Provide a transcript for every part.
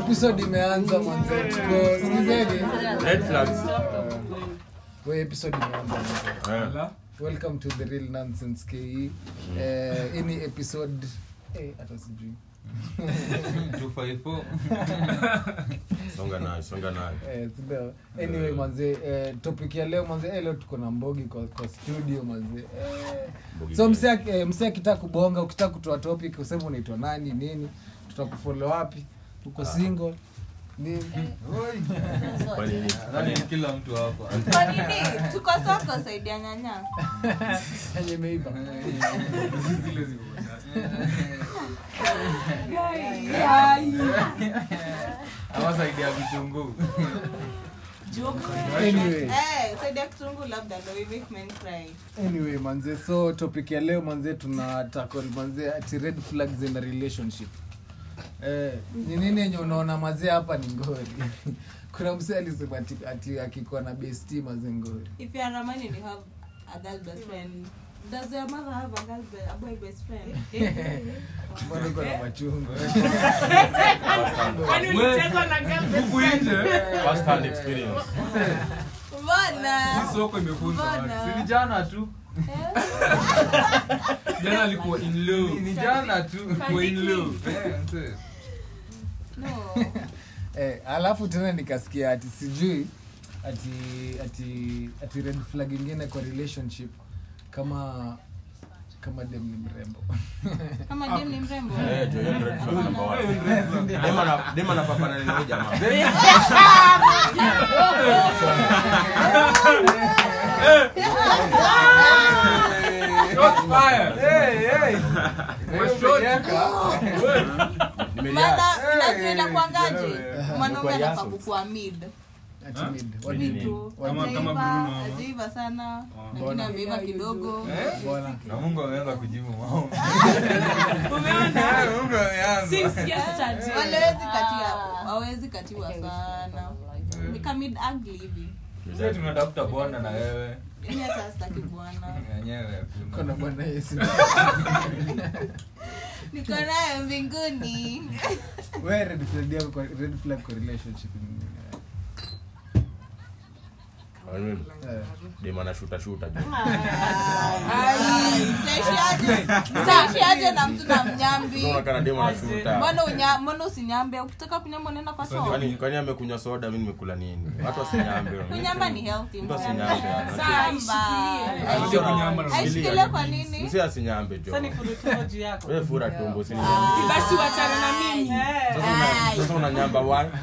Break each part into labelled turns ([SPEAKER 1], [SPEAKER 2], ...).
[SPEAKER 1] episode imeanza mwanzetu sikizeni
[SPEAKER 2] Red flags.
[SPEAKER 1] we episode imeanza welcome to the real nonsense E. ke uh, ini episode eh, hata sijui
[SPEAKER 2] Songa nayo, songa nayo.
[SPEAKER 1] Eh, sindio? anyway manze eh, topic ya leo manze eh, leo tuko na mbogi kwa, kwa studio manze eh,
[SPEAKER 2] Mbogi
[SPEAKER 1] so
[SPEAKER 2] gani?
[SPEAKER 1] msee ak- eh, msee akitaka kubonga ukitaka kutoa topic useme unaitwa nani nini tutakufollow wapi uko single nini
[SPEAKER 2] Kwa nini?
[SPEAKER 3] kila mtu hapa
[SPEAKER 4] Kwa nini? tuko soko saidia nyanya
[SPEAKER 1] yenye imeiva
[SPEAKER 3] Eh. zile ziko kwa dasta. ama zaidi ya vitunguu
[SPEAKER 1] anyway
[SPEAKER 4] Eh, saidia kitungu labda ndo we make men cry
[SPEAKER 1] anyway manze so topic ya leo manze tuna tackle manze ati red flags in a relationship eh, ni nini yenye unaona mazee hapa ni ngori kuna msee alisema ati, ati akikuwa na best mazee ngori
[SPEAKER 4] if you are a man and you have a girl best friend does your mother have a girl be- a boy best friend
[SPEAKER 1] bado uko na machungu
[SPEAKER 3] Kwani ulichezwa huku nje
[SPEAKER 2] First hand experience.
[SPEAKER 4] mbona Eh,
[SPEAKER 3] hii soko imefunza
[SPEAKER 4] Bana.
[SPEAKER 3] watu. Si ni jana tu jana alikuwa in law. ni jana tu alikuwa in law. Eh, mzee.
[SPEAKER 4] no
[SPEAKER 1] eh, alafu tena nikasikia ati sijui ati ati ati red flag ingine kwa relationship kama kama dem ni mrembo
[SPEAKER 4] kama dem ni mrembo
[SPEAKER 2] Eh, jo, hiyo ni red flag number one.
[SPEAKER 3] Hiyo ni red flag.
[SPEAKER 2] Dem ana- dem anafafanana na huyo jamaa.
[SPEAKER 3] Shots fired. Wewe
[SPEAKER 2] Nimeliacha.
[SPEAKER 4] mada inazuela kuangaji
[SPEAKER 3] Eh,
[SPEAKER 4] mwanaume
[SPEAKER 2] kwa yasons.
[SPEAKER 4] anafaa kukua mid
[SPEAKER 1] ati mid what do you
[SPEAKER 4] mid
[SPEAKER 1] think
[SPEAKER 4] tu
[SPEAKER 1] Kama-
[SPEAKER 3] kama
[SPEAKER 4] ajaiva
[SPEAKER 3] Bruno ama-
[SPEAKER 4] ajaiva sana lakini
[SPEAKER 1] Mbona? Eh?
[SPEAKER 4] ameiva kidogo
[SPEAKER 1] bwana
[SPEAKER 3] na mungu ameanza kujibu maombi.
[SPEAKER 5] Umeona?
[SPEAKER 3] mungu ameanza
[SPEAKER 5] Since yesterday.
[SPEAKER 4] walewezi katiwa wawezi katiwa sana nikamid ugly hivi
[SPEAKER 3] Sisi tunatafuta bwana na wewe
[SPEAKER 4] Mimi hata sitaki bwana
[SPEAKER 3] wenyewe hakuna.
[SPEAKER 1] kona bwana yesu
[SPEAKER 4] niko naye mbinguni
[SPEAKER 1] Wewe red flag yako kwa red flag kwa relationship ni nini?
[SPEAKER 2] Kwa nini?
[SPEAKER 1] Eh,
[SPEAKER 2] Dem anashuta shuta jo.
[SPEAKER 4] Mtaishiaje- mtaishiaje na mtu na mnyambi
[SPEAKER 2] Unaona kana dem anashuta.
[SPEAKER 4] mbona unya- mbona usinyambe ukitaka kunyamba unaenda kwa shoo
[SPEAKER 2] Kwani kwani amekunywa soda mimi nimekula nini? Watu wasinyambe.
[SPEAKER 4] kunyamba ni healthy
[SPEAKER 2] Mtu
[SPEAKER 4] mbona?
[SPEAKER 2] asinyambe.
[SPEAKER 5] Saa,
[SPEAKER 4] Samba.
[SPEAKER 3] Asije kunyamba na
[SPEAKER 4] Aishikilie
[SPEAKER 2] Shikilia.
[SPEAKER 4] kwa nini?
[SPEAKER 2] Msee asinyambe jo.
[SPEAKER 5] Sasa nifurutue juu yako.
[SPEAKER 2] Wewe fura tumbo si
[SPEAKER 4] Ah.
[SPEAKER 5] Basi wachana na mimi.
[SPEAKER 2] Sasa una- sasa unanyamba wapi?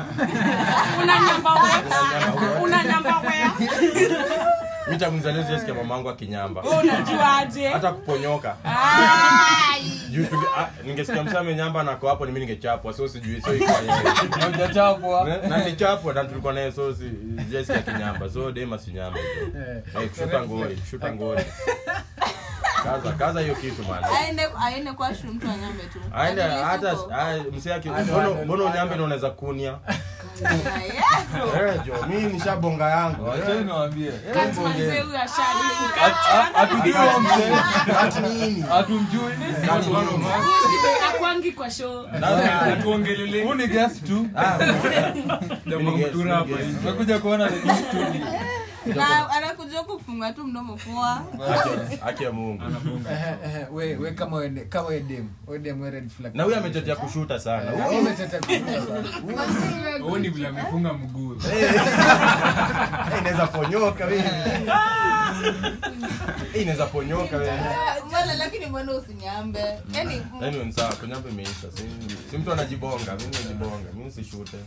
[SPEAKER 5] Una namba wewe.
[SPEAKER 2] Unanyamba wapi?
[SPEAKER 5] Una namba wewe.
[SPEAKER 2] Mimi tangu nizaliwe sijasikia mamangu akinyamba.
[SPEAKER 5] Wewe unajua aje?
[SPEAKER 2] Hata kuponyoka.
[SPEAKER 4] Ai.
[SPEAKER 2] Juu tu- ah, ningesikia msa amenyamba nako hapo ni mimi ningechapwa so sijui so iko yeye.
[SPEAKER 3] Hujachapwa.
[SPEAKER 2] Na- na nilichapwa na tulikuwa naye so si- Jessica kinyamba so dema sinyamba tu.
[SPEAKER 1] eh,
[SPEAKER 2] Eh, kushuta ngori kushuta ngori kaza kaza hiyo kitu bana
[SPEAKER 4] aende aende kwa shule mtu anyambe tu
[SPEAKER 2] aende
[SPEAKER 4] At least
[SPEAKER 2] hata
[SPEAKER 4] uko.
[SPEAKER 2] ah, msee aki-
[SPEAKER 1] Ado,
[SPEAKER 2] mbona-
[SPEAKER 1] ado,
[SPEAKER 2] mbona
[SPEAKER 1] ado.
[SPEAKER 2] unyambe na unaweza kunia
[SPEAKER 4] Yeah.
[SPEAKER 2] Eh, jo mimi nishabonga yangu
[SPEAKER 3] Wacha niwaambie.
[SPEAKER 5] Kati manze huyu
[SPEAKER 1] Ah.
[SPEAKER 5] ashali.
[SPEAKER 3] Hat-
[SPEAKER 2] Ah,
[SPEAKER 3] hat- hatujui huyo mzee.
[SPEAKER 2] Ati nini
[SPEAKER 3] Hatumjui.
[SPEAKER 2] Nani huyo?
[SPEAKER 5] Akwangi kwa show.
[SPEAKER 2] Nani?
[SPEAKER 3] Hatuongelelei. Huu ni guest tu.
[SPEAKER 2] Ah,
[SPEAKER 3] Ndio
[SPEAKER 2] Mimi ni guest,
[SPEAKER 3] Mtura hapa
[SPEAKER 2] mimi ni guest.
[SPEAKER 3] hivi. Umekuja kuona the guest tu.
[SPEAKER 4] na anakuja huku kufunga tu mdomo poa
[SPEAKER 2] Haki- haki ya mungu
[SPEAKER 1] Ehe, ehe, we we eh, kama wede kama wedem wedem we red flag
[SPEAKER 2] na huyu ametetea kushuta sana Huyu-
[SPEAKER 1] Wewe umetetea kufunga sana.
[SPEAKER 6] ni vile amefunga mguu
[SPEAKER 2] Eh, inaweza ponyoka wewe.
[SPEAKER 5] Ah.
[SPEAKER 2] Eh, inaweza ponyoka wewe
[SPEAKER 4] mwana lakini mwana usinyambe yani
[SPEAKER 2] Yaani ni sawa, kunyamba imeisha. Si- Si mtu anajibonga, mimi najibonga, mimi sishute.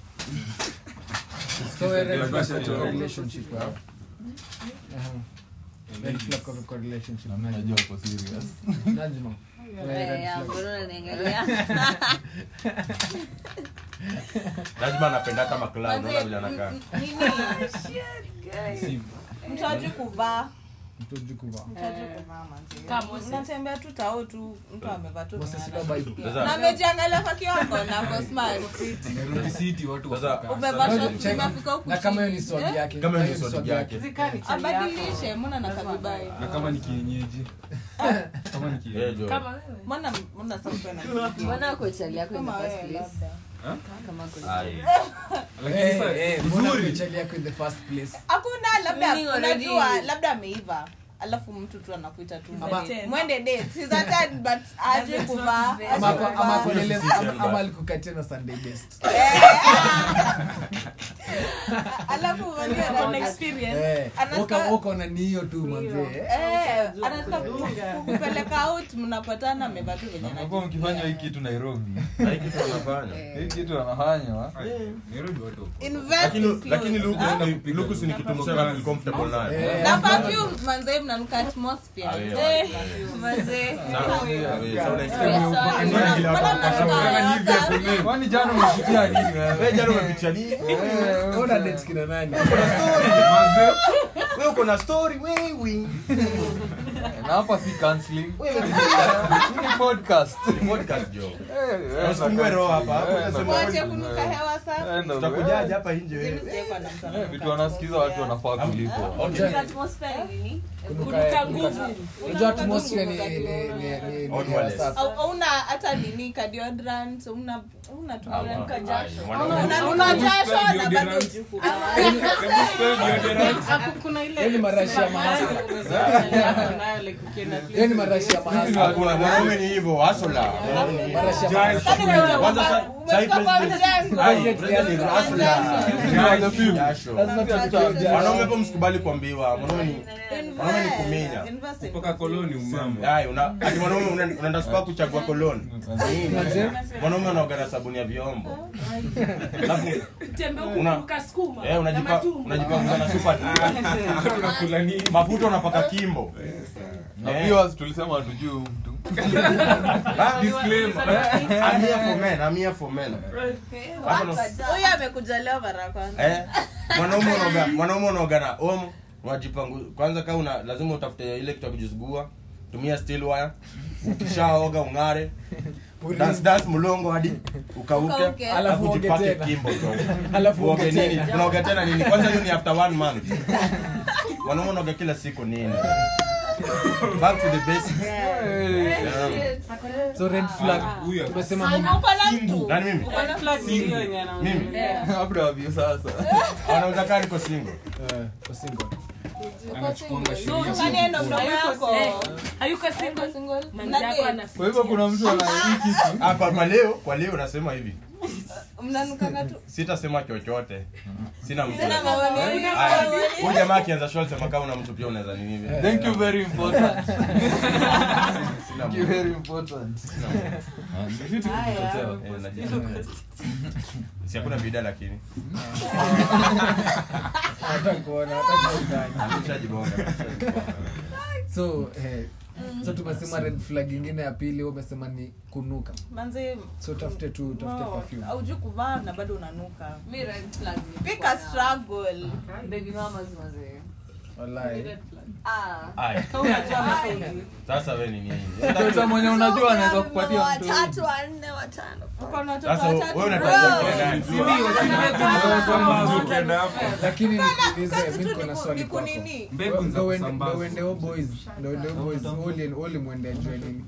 [SPEAKER 1] So we red flag
[SPEAKER 6] Basha
[SPEAKER 1] kwa
[SPEAKER 6] tu.
[SPEAKER 1] relationship yao. Ehe. Red flag kwa- kwa relationship. Najma. Najma. We red flag.
[SPEAKER 2] Lazima anapenda kama clown, unaona vile anakaa.
[SPEAKER 4] mm, mtaji kuvaa
[SPEAKER 1] Mtu hajui kuvaa.
[SPEAKER 4] Mtu hajui kuvaa manzi.
[SPEAKER 5] Eh, Kama Moses.
[SPEAKER 4] Unatembea tu tao tu mtu amevaa tu
[SPEAKER 1] Moses
[SPEAKER 4] ving'ana.
[SPEAKER 1] baba yuko.
[SPEAKER 2] Sasa-
[SPEAKER 4] na amejiangalia kwa kiwango na kwa smile.
[SPEAKER 6] Nairobi City watu
[SPEAKER 2] Sasa-
[SPEAKER 6] wanakaa.
[SPEAKER 4] Umevaa
[SPEAKER 1] Sasa-
[SPEAKER 4] shorts, umefika huku
[SPEAKER 1] na kama hiyo
[SPEAKER 4] chini.
[SPEAKER 1] ni swali
[SPEAKER 4] Eh?
[SPEAKER 1] yake
[SPEAKER 2] Kama hiyo
[SPEAKER 1] ni
[SPEAKER 2] ni swali
[SPEAKER 1] swali
[SPEAKER 2] yake.
[SPEAKER 4] abadilishe mbona nakabibai
[SPEAKER 6] Na kama ni kienyeji. Kama ni
[SPEAKER 2] Eh,
[SPEAKER 6] kienyeji.
[SPEAKER 2] jo.
[SPEAKER 5] kama wewe
[SPEAKER 4] mbona mbona sikuwa na
[SPEAKER 7] mbona kochali yako in the
[SPEAKER 4] kama
[SPEAKER 7] first
[SPEAKER 4] wewe
[SPEAKER 7] place?
[SPEAKER 4] labda
[SPEAKER 7] Kama kocha-
[SPEAKER 2] Ai.
[SPEAKER 6] Lakini
[SPEAKER 1] Eh,
[SPEAKER 6] sasa
[SPEAKER 1] eh, mbona
[SPEAKER 6] vizuri.
[SPEAKER 1] kuchali yako in the first place?
[SPEAKER 4] hakuna
[SPEAKER 7] Meaning already-
[SPEAKER 4] labda unajua labda ameiva alafu mtu tu anakuita tu
[SPEAKER 1] Ama-
[SPEAKER 4] date. mwende date He's a ten, but ajui kuvaa
[SPEAKER 1] Ama-
[SPEAKER 4] ajui
[SPEAKER 1] ama- ama
[SPEAKER 4] kuvaa.
[SPEAKER 1] kulele-
[SPEAKER 2] Sisi
[SPEAKER 1] ama-
[SPEAKER 2] ambaye.
[SPEAKER 1] ama alikukatia na Sunday best.
[SPEAKER 4] alafu unajua
[SPEAKER 5] Kuna
[SPEAKER 4] ana-
[SPEAKER 5] experience
[SPEAKER 1] Eh,
[SPEAKER 4] Anataka-
[SPEAKER 1] waka- waka ona ni hiyo tu manzee. Eh,
[SPEAKER 4] Eh, anataka ku- kupeleka out mnapatana amevaa tu venye
[SPEAKER 6] Na
[SPEAKER 4] anajua.
[SPEAKER 6] mnakuwa mkifanya hii kitu Nairobi.
[SPEAKER 2] Na hii kitu
[SPEAKER 5] Eh.
[SPEAKER 2] wanafanya.
[SPEAKER 6] Hii kitu wanafanya.
[SPEAKER 2] Eh, Nairobi
[SPEAKER 4] Invest in
[SPEAKER 2] Lakini lakini
[SPEAKER 4] clothes. Ah?
[SPEAKER 2] luku ni luku si ni kitu msichana anakuwa comfortable nayo.
[SPEAKER 1] Eh.
[SPEAKER 4] na perfumes manze mnanuka atmosphere
[SPEAKER 2] Ah, yeah,
[SPEAKER 4] Eh,
[SPEAKER 2] yeah, yeah.
[SPEAKER 4] manze
[SPEAKER 2] Na- eh, so una experience.
[SPEAKER 7] Yeah, sorry.
[SPEAKER 2] Unaona kile watu wanataka.
[SPEAKER 4] Mbona mnanuka
[SPEAKER 6] ah. Kwani jana umeshikia nini
[SPEAKER 2] Wewe
[SPEAKER 6] wewe?
[SPEAKER 2] jana umepitia nini?
[SPEAKER 6] Eh,
[SPEAKER 1] ona date kina nani?
[SPEAKER 6] Mazee.
[SPEAKER 2] Wewe uko na story wewe.
[SPEAKER 6] Na hapa si counseling. Ni podcast.
[SPEAKER 2] Podcast jo.
[SPEAKER 6] Eh, eh,
[SPEAKER 2] Usifungue roho hapa.
[SPEAKER 6] Eh,
[SPEAKER 2] Utasema-
[SPEAKER 4] Mwache kunuka hewa safi.
[SPEAKER 6] eh, ndo-
[SPEAKER 2] Tutakujaji hapa nje wewe. Eh?
[SPEAKER 4] Msijekwa na mtu
[SPEAKER 6] Eh,
[SPEAKER 4] ananuka
[SPEAKER 6] vitu wanasikiza watu wanafaa kulipwa
[SPEAKER 2] Okay.
[SPEAKER 1] Kunuka-
[SPEAKER 5] kunuka
[SPEAKER 1] kunuka-
[SPEAKER 5] nguvu
[SPEAKER 1] Unajua atmosphere ni- ni- ni- ni- ni- ni
[SPEAKER 2] Outward
[SPEAKER 1] hewa
[SPEAKER 2] is.
[SPEAKER 1] safi.
[SPEAKER 4] Au- hauna hata nini deodorant, una una tu-
[SPEAKER 2] Ah,
[SPEAKER 4] unanuka
[SPEAKER 2] ah,
[SPEAKER 4] jasho.
[SPEAKER 2] mwana-
[SPEAKER 4] Unanuka jasho na bado hujui kuvaa.
[SPEAKER 5] kuna ile
[SPEAKER 1] Hiyo ni marashi Yaani ya mahasa. Hiyo ni marashi Yaani ya mahasa.
[SPEAKER 2] Hakuna mwanaume ni hivyo, hustler. Mwanaume ni hivyo.
[SPEAKER 1] Marashi ya mahasa.
[SPEAKER 4] Yaani unanuka-
[SPEAKER 2] Kwanza sa-
[SPEAKER 4] umetoka
[SPEAKER 2] sahi
[SPEAKER 4] kwa
[SPEAKER 2] president-
[SPEAKER 4] mjengo.
[SPEAKER 2] Ai, president ni hustler. Jasho.
[SPEAKER 1] Lazima tuchukue jasho.
[SPEAKER 2] Wanaume hapo msikubali kuambiwa. Mwanaume ni Mwanaume ni kuminya.
[SPEAKER 4] Invest in-
[SPEAKER 6] mpaka koloni umama
[SPEAKER 2] Ai, una- ati mwanaume una- unaenda spa kuchagua koloni.
[SPEAKER 1] Manzee,
[SPEAKER 2] Mwanaume anaoga na sabuni ya vyombo. Alafu
[SPEAKER 5] kutembea
[SPEAKER 2] Una-
[SPEAKER 5] kunuka skuma
[SPEAKER 2] eh,
[SPEAKER 5] na
[SPEAKER 2] unajipa
[SPEAKER 5] matumbo
[SPEAKER 2] unajipanguza na super
[SPEAKER 6] unakula nini
[SPEAKER 2] mafuta unapaka kimbo.
[SPEAKER 6] na
[SPEAKER 2] Eh.
[SPEAKER 6] viewers tulisema hatujui huyu mtu
[SPEAKER 2] Ah,
[SPEAKER 6] disclaimer
[SPEAKER 2] I'm here for men, I'm here for men. Hapa ndo-
[SPEAKER 4] Huyu amekuja leo mara ya kwanza.
[SPEAKER 2] Eh, mwanaume unaoga mwanaume unaoga na omo unajipangu kwanza kaa una lazima utafute ile kitu ya kujisugua tumia steel wire ukishaoga ung'are dance dance mlongo hadi ukauke
[SPEAKER 4] Ukauke.
[SPEAKER 2] alafu
[SPEAKER 1] Alafu
[SPEAKER 2] ujipake
[SPEAKER 1] uoge tena.
[SPEAKER 2] kimbo tu.
[SPEAKER 1] Alafu uoge
[SPEAKER 2] uoge nini
[SPEAKER 1] tena.
[SPEAKER 2] unaoga tena nini kwanza hiyo ni after one month wanaume unaoga kila siku nini back to the basics Yeah.
[SPEAKER 1] so red flag.
[SPEAKER 6] huyu hapa.
[SPEAKER 1] Tumesema
[SPEAKER 4] Na uko na mtu.
[SPEAKER 2] nani Yaani mimi
[SPEAKER 4] Uko na mtu.
[SPEAKER 2] mimi
[SPEAKER 6] labda wavyo sasa
[SPEAKER 2] wanauza kaa niko single
[SPEAKER 1] eh, uko single.
[SPEAKER 6] anachukua
[SPEAKER 4] Kwani ndo mdomo yako.
[SPEAKER 5] hayuko single
[SPEAKER 4] Single.
[SPEAKER 5] manzi yako
[SPEAKER 4] Mna-
[SPEAKER 5] anafikia.
[SPEAKER 6] kwa hivyo kuna mtu anaiki kitu
[SPEAKER 2] ah kwa, kwa leo kwa leo nasema hivi
[SPEAKER 4] mnanukanga tu.
[SPEAKER 2] sitasema chochote sina mtu
[SPEAKER 4] Sina maoni.
[SPEAKER 2] Aya, huyu jamaa akianza show alisema kama una mtu pia unaweza nini hivi
[SPEAKER 6] thank you very important
[SPEAKER 2] Sina
[SPEAKER 6] thank
[SPEAKER 2] mtu.
[SPEAKER 6] you very important
[SPEAKER 2] Sina mtu. Eh, najua. si hakuna bida lakini
[SPEAKER 1] Hata kuona, hata kuona.
[SPEAKER 2] Nishajigonga.
[SPEAKER 1] so eh, so tumesema red flag ingine ya pili wewe umesema ni kunuka
[SPEAKER 4] Manze,
[SPEAKER 1] so tafute tu tafute
[SPEAKER 4] no,
[SPEAKER 1] perfume
[SPEAKER 4] haujui kuvaa na bado unanuka pick a struggle
[SPEAKER 7] Baby mamas mazee.
[SPEAKER 1] Wallahi.
[SPEAKER 7] Ah.
[SPEAKER 2] Aya, sasa we ni nini
[SPEAKER 6] mtoto mwenye unajua anaweza kupatia mtu
[SPEAKER 7] watatu wanne watano
[SPEAKER 4] uko na watoto
[SPEAKER 2] sasa wewe unataka
[SPEAKER 4] watatu bro.
[SPEAKER 2] kile nani
[SPEAKER 1] lakini nikuulize
[SPEAKER 4] Kazi
[SPEAKER 1] mi
[SPEAKER 4] tu
[SPEAKER 1] niko na
[SPEAKER 4] ni ku-
[SPEAKER 1] swali
[SPEAKER 4] ni
[SPEAKER 1] kwako
[SPEAKER 4] kunini
[SPEAKER 6] mbegu za
[SPEAKER 1] Ndo uende- ndo
[SPEAKER 6] kusambaza
[SPEAKER 1] uende o boys ndo uende o boys Wewe uli- wewe ulimwendea jua nini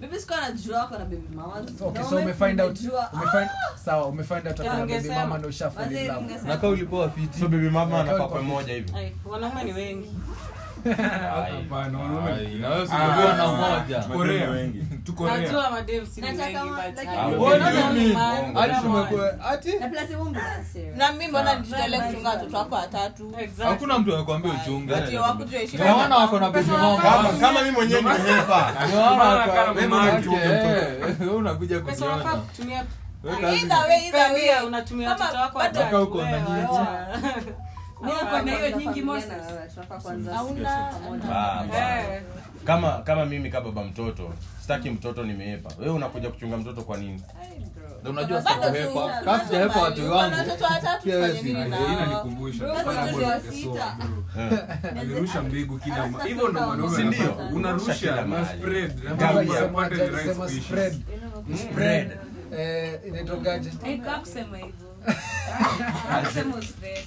[SPEAKER 4] Maybe sikuwa najua wako na baby mamas.
[SPEAKER 1] okay
[SPEAKER 4] The
[SPEAKER 1] so
[SPEAKER 4] moment
[SPEAKER 1] umefind out
[SPEAKER 4] nimejua-
[SPEAKER 1] umefind sawa umefind out akuna baby
[SPEAKER 8] Ungesema.
[SPEAKER 1] mama ndo ushafall in
[SPEAKER 4] Wazee,
[SPEAKER 1] love.
[SPEAKER 4] ungesema.
[SPEAKER 3] nakaa ulikuwa wafiti
[SPEAKER 2] so baby mama
[SPEAKER 1] Yeah,
[SPEAKER 2] anafaa
[SPEAKER 1] call
[SPEAKER 2] kwa
[SPEAKER 1] for
[SPEAKER 2] moja hivi
[SPEAKER 8] Ay, wanaume ni wengi
[SPEAKER 6] Hapana, wanaume ni-
[SPEAKER 3] na moja
[SPEAKER 6] Korea.
[SPEAKER 9] wengi.
[SPEAKER 6] Tuko Korea.
[SPEAKER 10] najua mademsi ni
[SPEAKER 4] Nataka
[SPEAKER 10] wengi,
[SPEAKER 4] ma-
[SPEAKER 10] but-
[SPEAKER 4] like-
[SPEAKER 10] Ah,
[SPEAKER 2] What
[SPEAKER 10] wewe
[SPEAKER 2] do you
[SPEAKER 10] ni
[SPEAKER 2] mean?
[SPEAKER 10] man,
[SPEAKER 2] Bongo.
[SPEAKER 10] wewe ni man.
[SPEAKER 4] Na plus it won't be that serious.
[SPEAKER 8] na mi mbona
[SPEAKER 3] Ah.
[SPEAKER 8] nijitole kuchunga watoto wako watatu
[SPEAKER 10] Exactly.
[SPEAKER 3] hakuna mtu amekwambia uchunge
[SPEAKER 8] Ndio wakujua heshima.
[SPEAKER 3] Naona wako na baby mama.
[SPEAKER 2] kama kama mimi mwenyewe nimenyepa
[SPEAKER 3] Unaona
[SPEAKER 6] Maana
[SPEAKER 3] kwa-
[SPEAKER 6] kama
[SPEAKER 3] wewe
[SPEAKER 6] mama
[SPEAKER 3] manake,
[SPEAKER 2] mchunge
[SPEAKER 3] eh, wewe unakuja
[SPEAKER 10] Pesa unafaa
[SPEAKER 3] kujiona
[SPEAKER 10] kutumia
[SPEAKER 3] Wewe lazima-
[SPEAKER 8] Either way, either
[SPEAKER 10] Pia
[SPEAKER 8] way,
[SPEAKER 10] unatumia
[SPEAKER 8] Kama
[SPEAKER 10] watoto wako
[SPEAKER 8] bado
[SPEAKER 10] watatu,
[SPEAKER 3] uko na
[SPEAKER 10] wewe,
[SPEAKER 3] nyinyi.
[SPEAKER 10] wacha. Wewe uko na hiyo nyingi Moses.
[SPEAKER 4] Tunafaa kuanza- tunafaa kuanza
[SPEAKER 8] hauna
[SPEAKER 2] Ah, bana.
[SPEAKER 10] Eh,
[SPEAKER 2] kama kama mimi kama baba mtoto sitaki mtoto nimeepa wewe unakuja kuchunga mtoto kwa nini
[SPEAKER 3] Na unajua
[SPEAKER 8] Bado tu-
[SPEAKER 3] sijahepa.
[SPEAKER 8] bado
[SPEAKER 3] Kama sijahepa watu
[SPEAKER 8] bado.
[SPEAKER 3] wangu,
[SPEAKER 8] Uko na watoto watatu,
[SPEAKER 3] pia wewe
[SPEAKER 8] fanya nini
[SPEAKER 3] si-
[SPEAKER 8] nao?
[SPEAKER 6] Inanikumbusha.
[SPEAKER 4] Bro,
[SPEAKER 6] Bana
[SPEAKER 4] watoto wa
[SPEAKER 6] boy,
[SPEAKER 4] sita.
[SPEAKER 6] so, bro.
[SPEAKER 2] Eh.
[SPEAKER 6] Alirusha mbegu kila ma- hivyo ndo
[SPEAKER 2] Si
[SPEAKER 6] mwanaume
[SPEAKER 2] ndio?
[SPEAKER 6] anafanya. unarusha
[SPEAKER 2] Kila
[SPEAKER 6] na
[SPEAKER 2] mahali.
[SPEAKER 6] spread na
[SPEAKER 2] Gavi.
[SPEAKER 6] mambo ya
[SPEAKER 1] Sema-
[SPEAKER 6] pande ni rice
[SPEAKER 1] sema
[SPEAKER 6] dishes.
[SPEAKER 1] spread. Spread. Eh, inaitwangaje?
[SPEAKER 10] eh, kwa kusema hivyo.
[SPEAKER 2] Alse-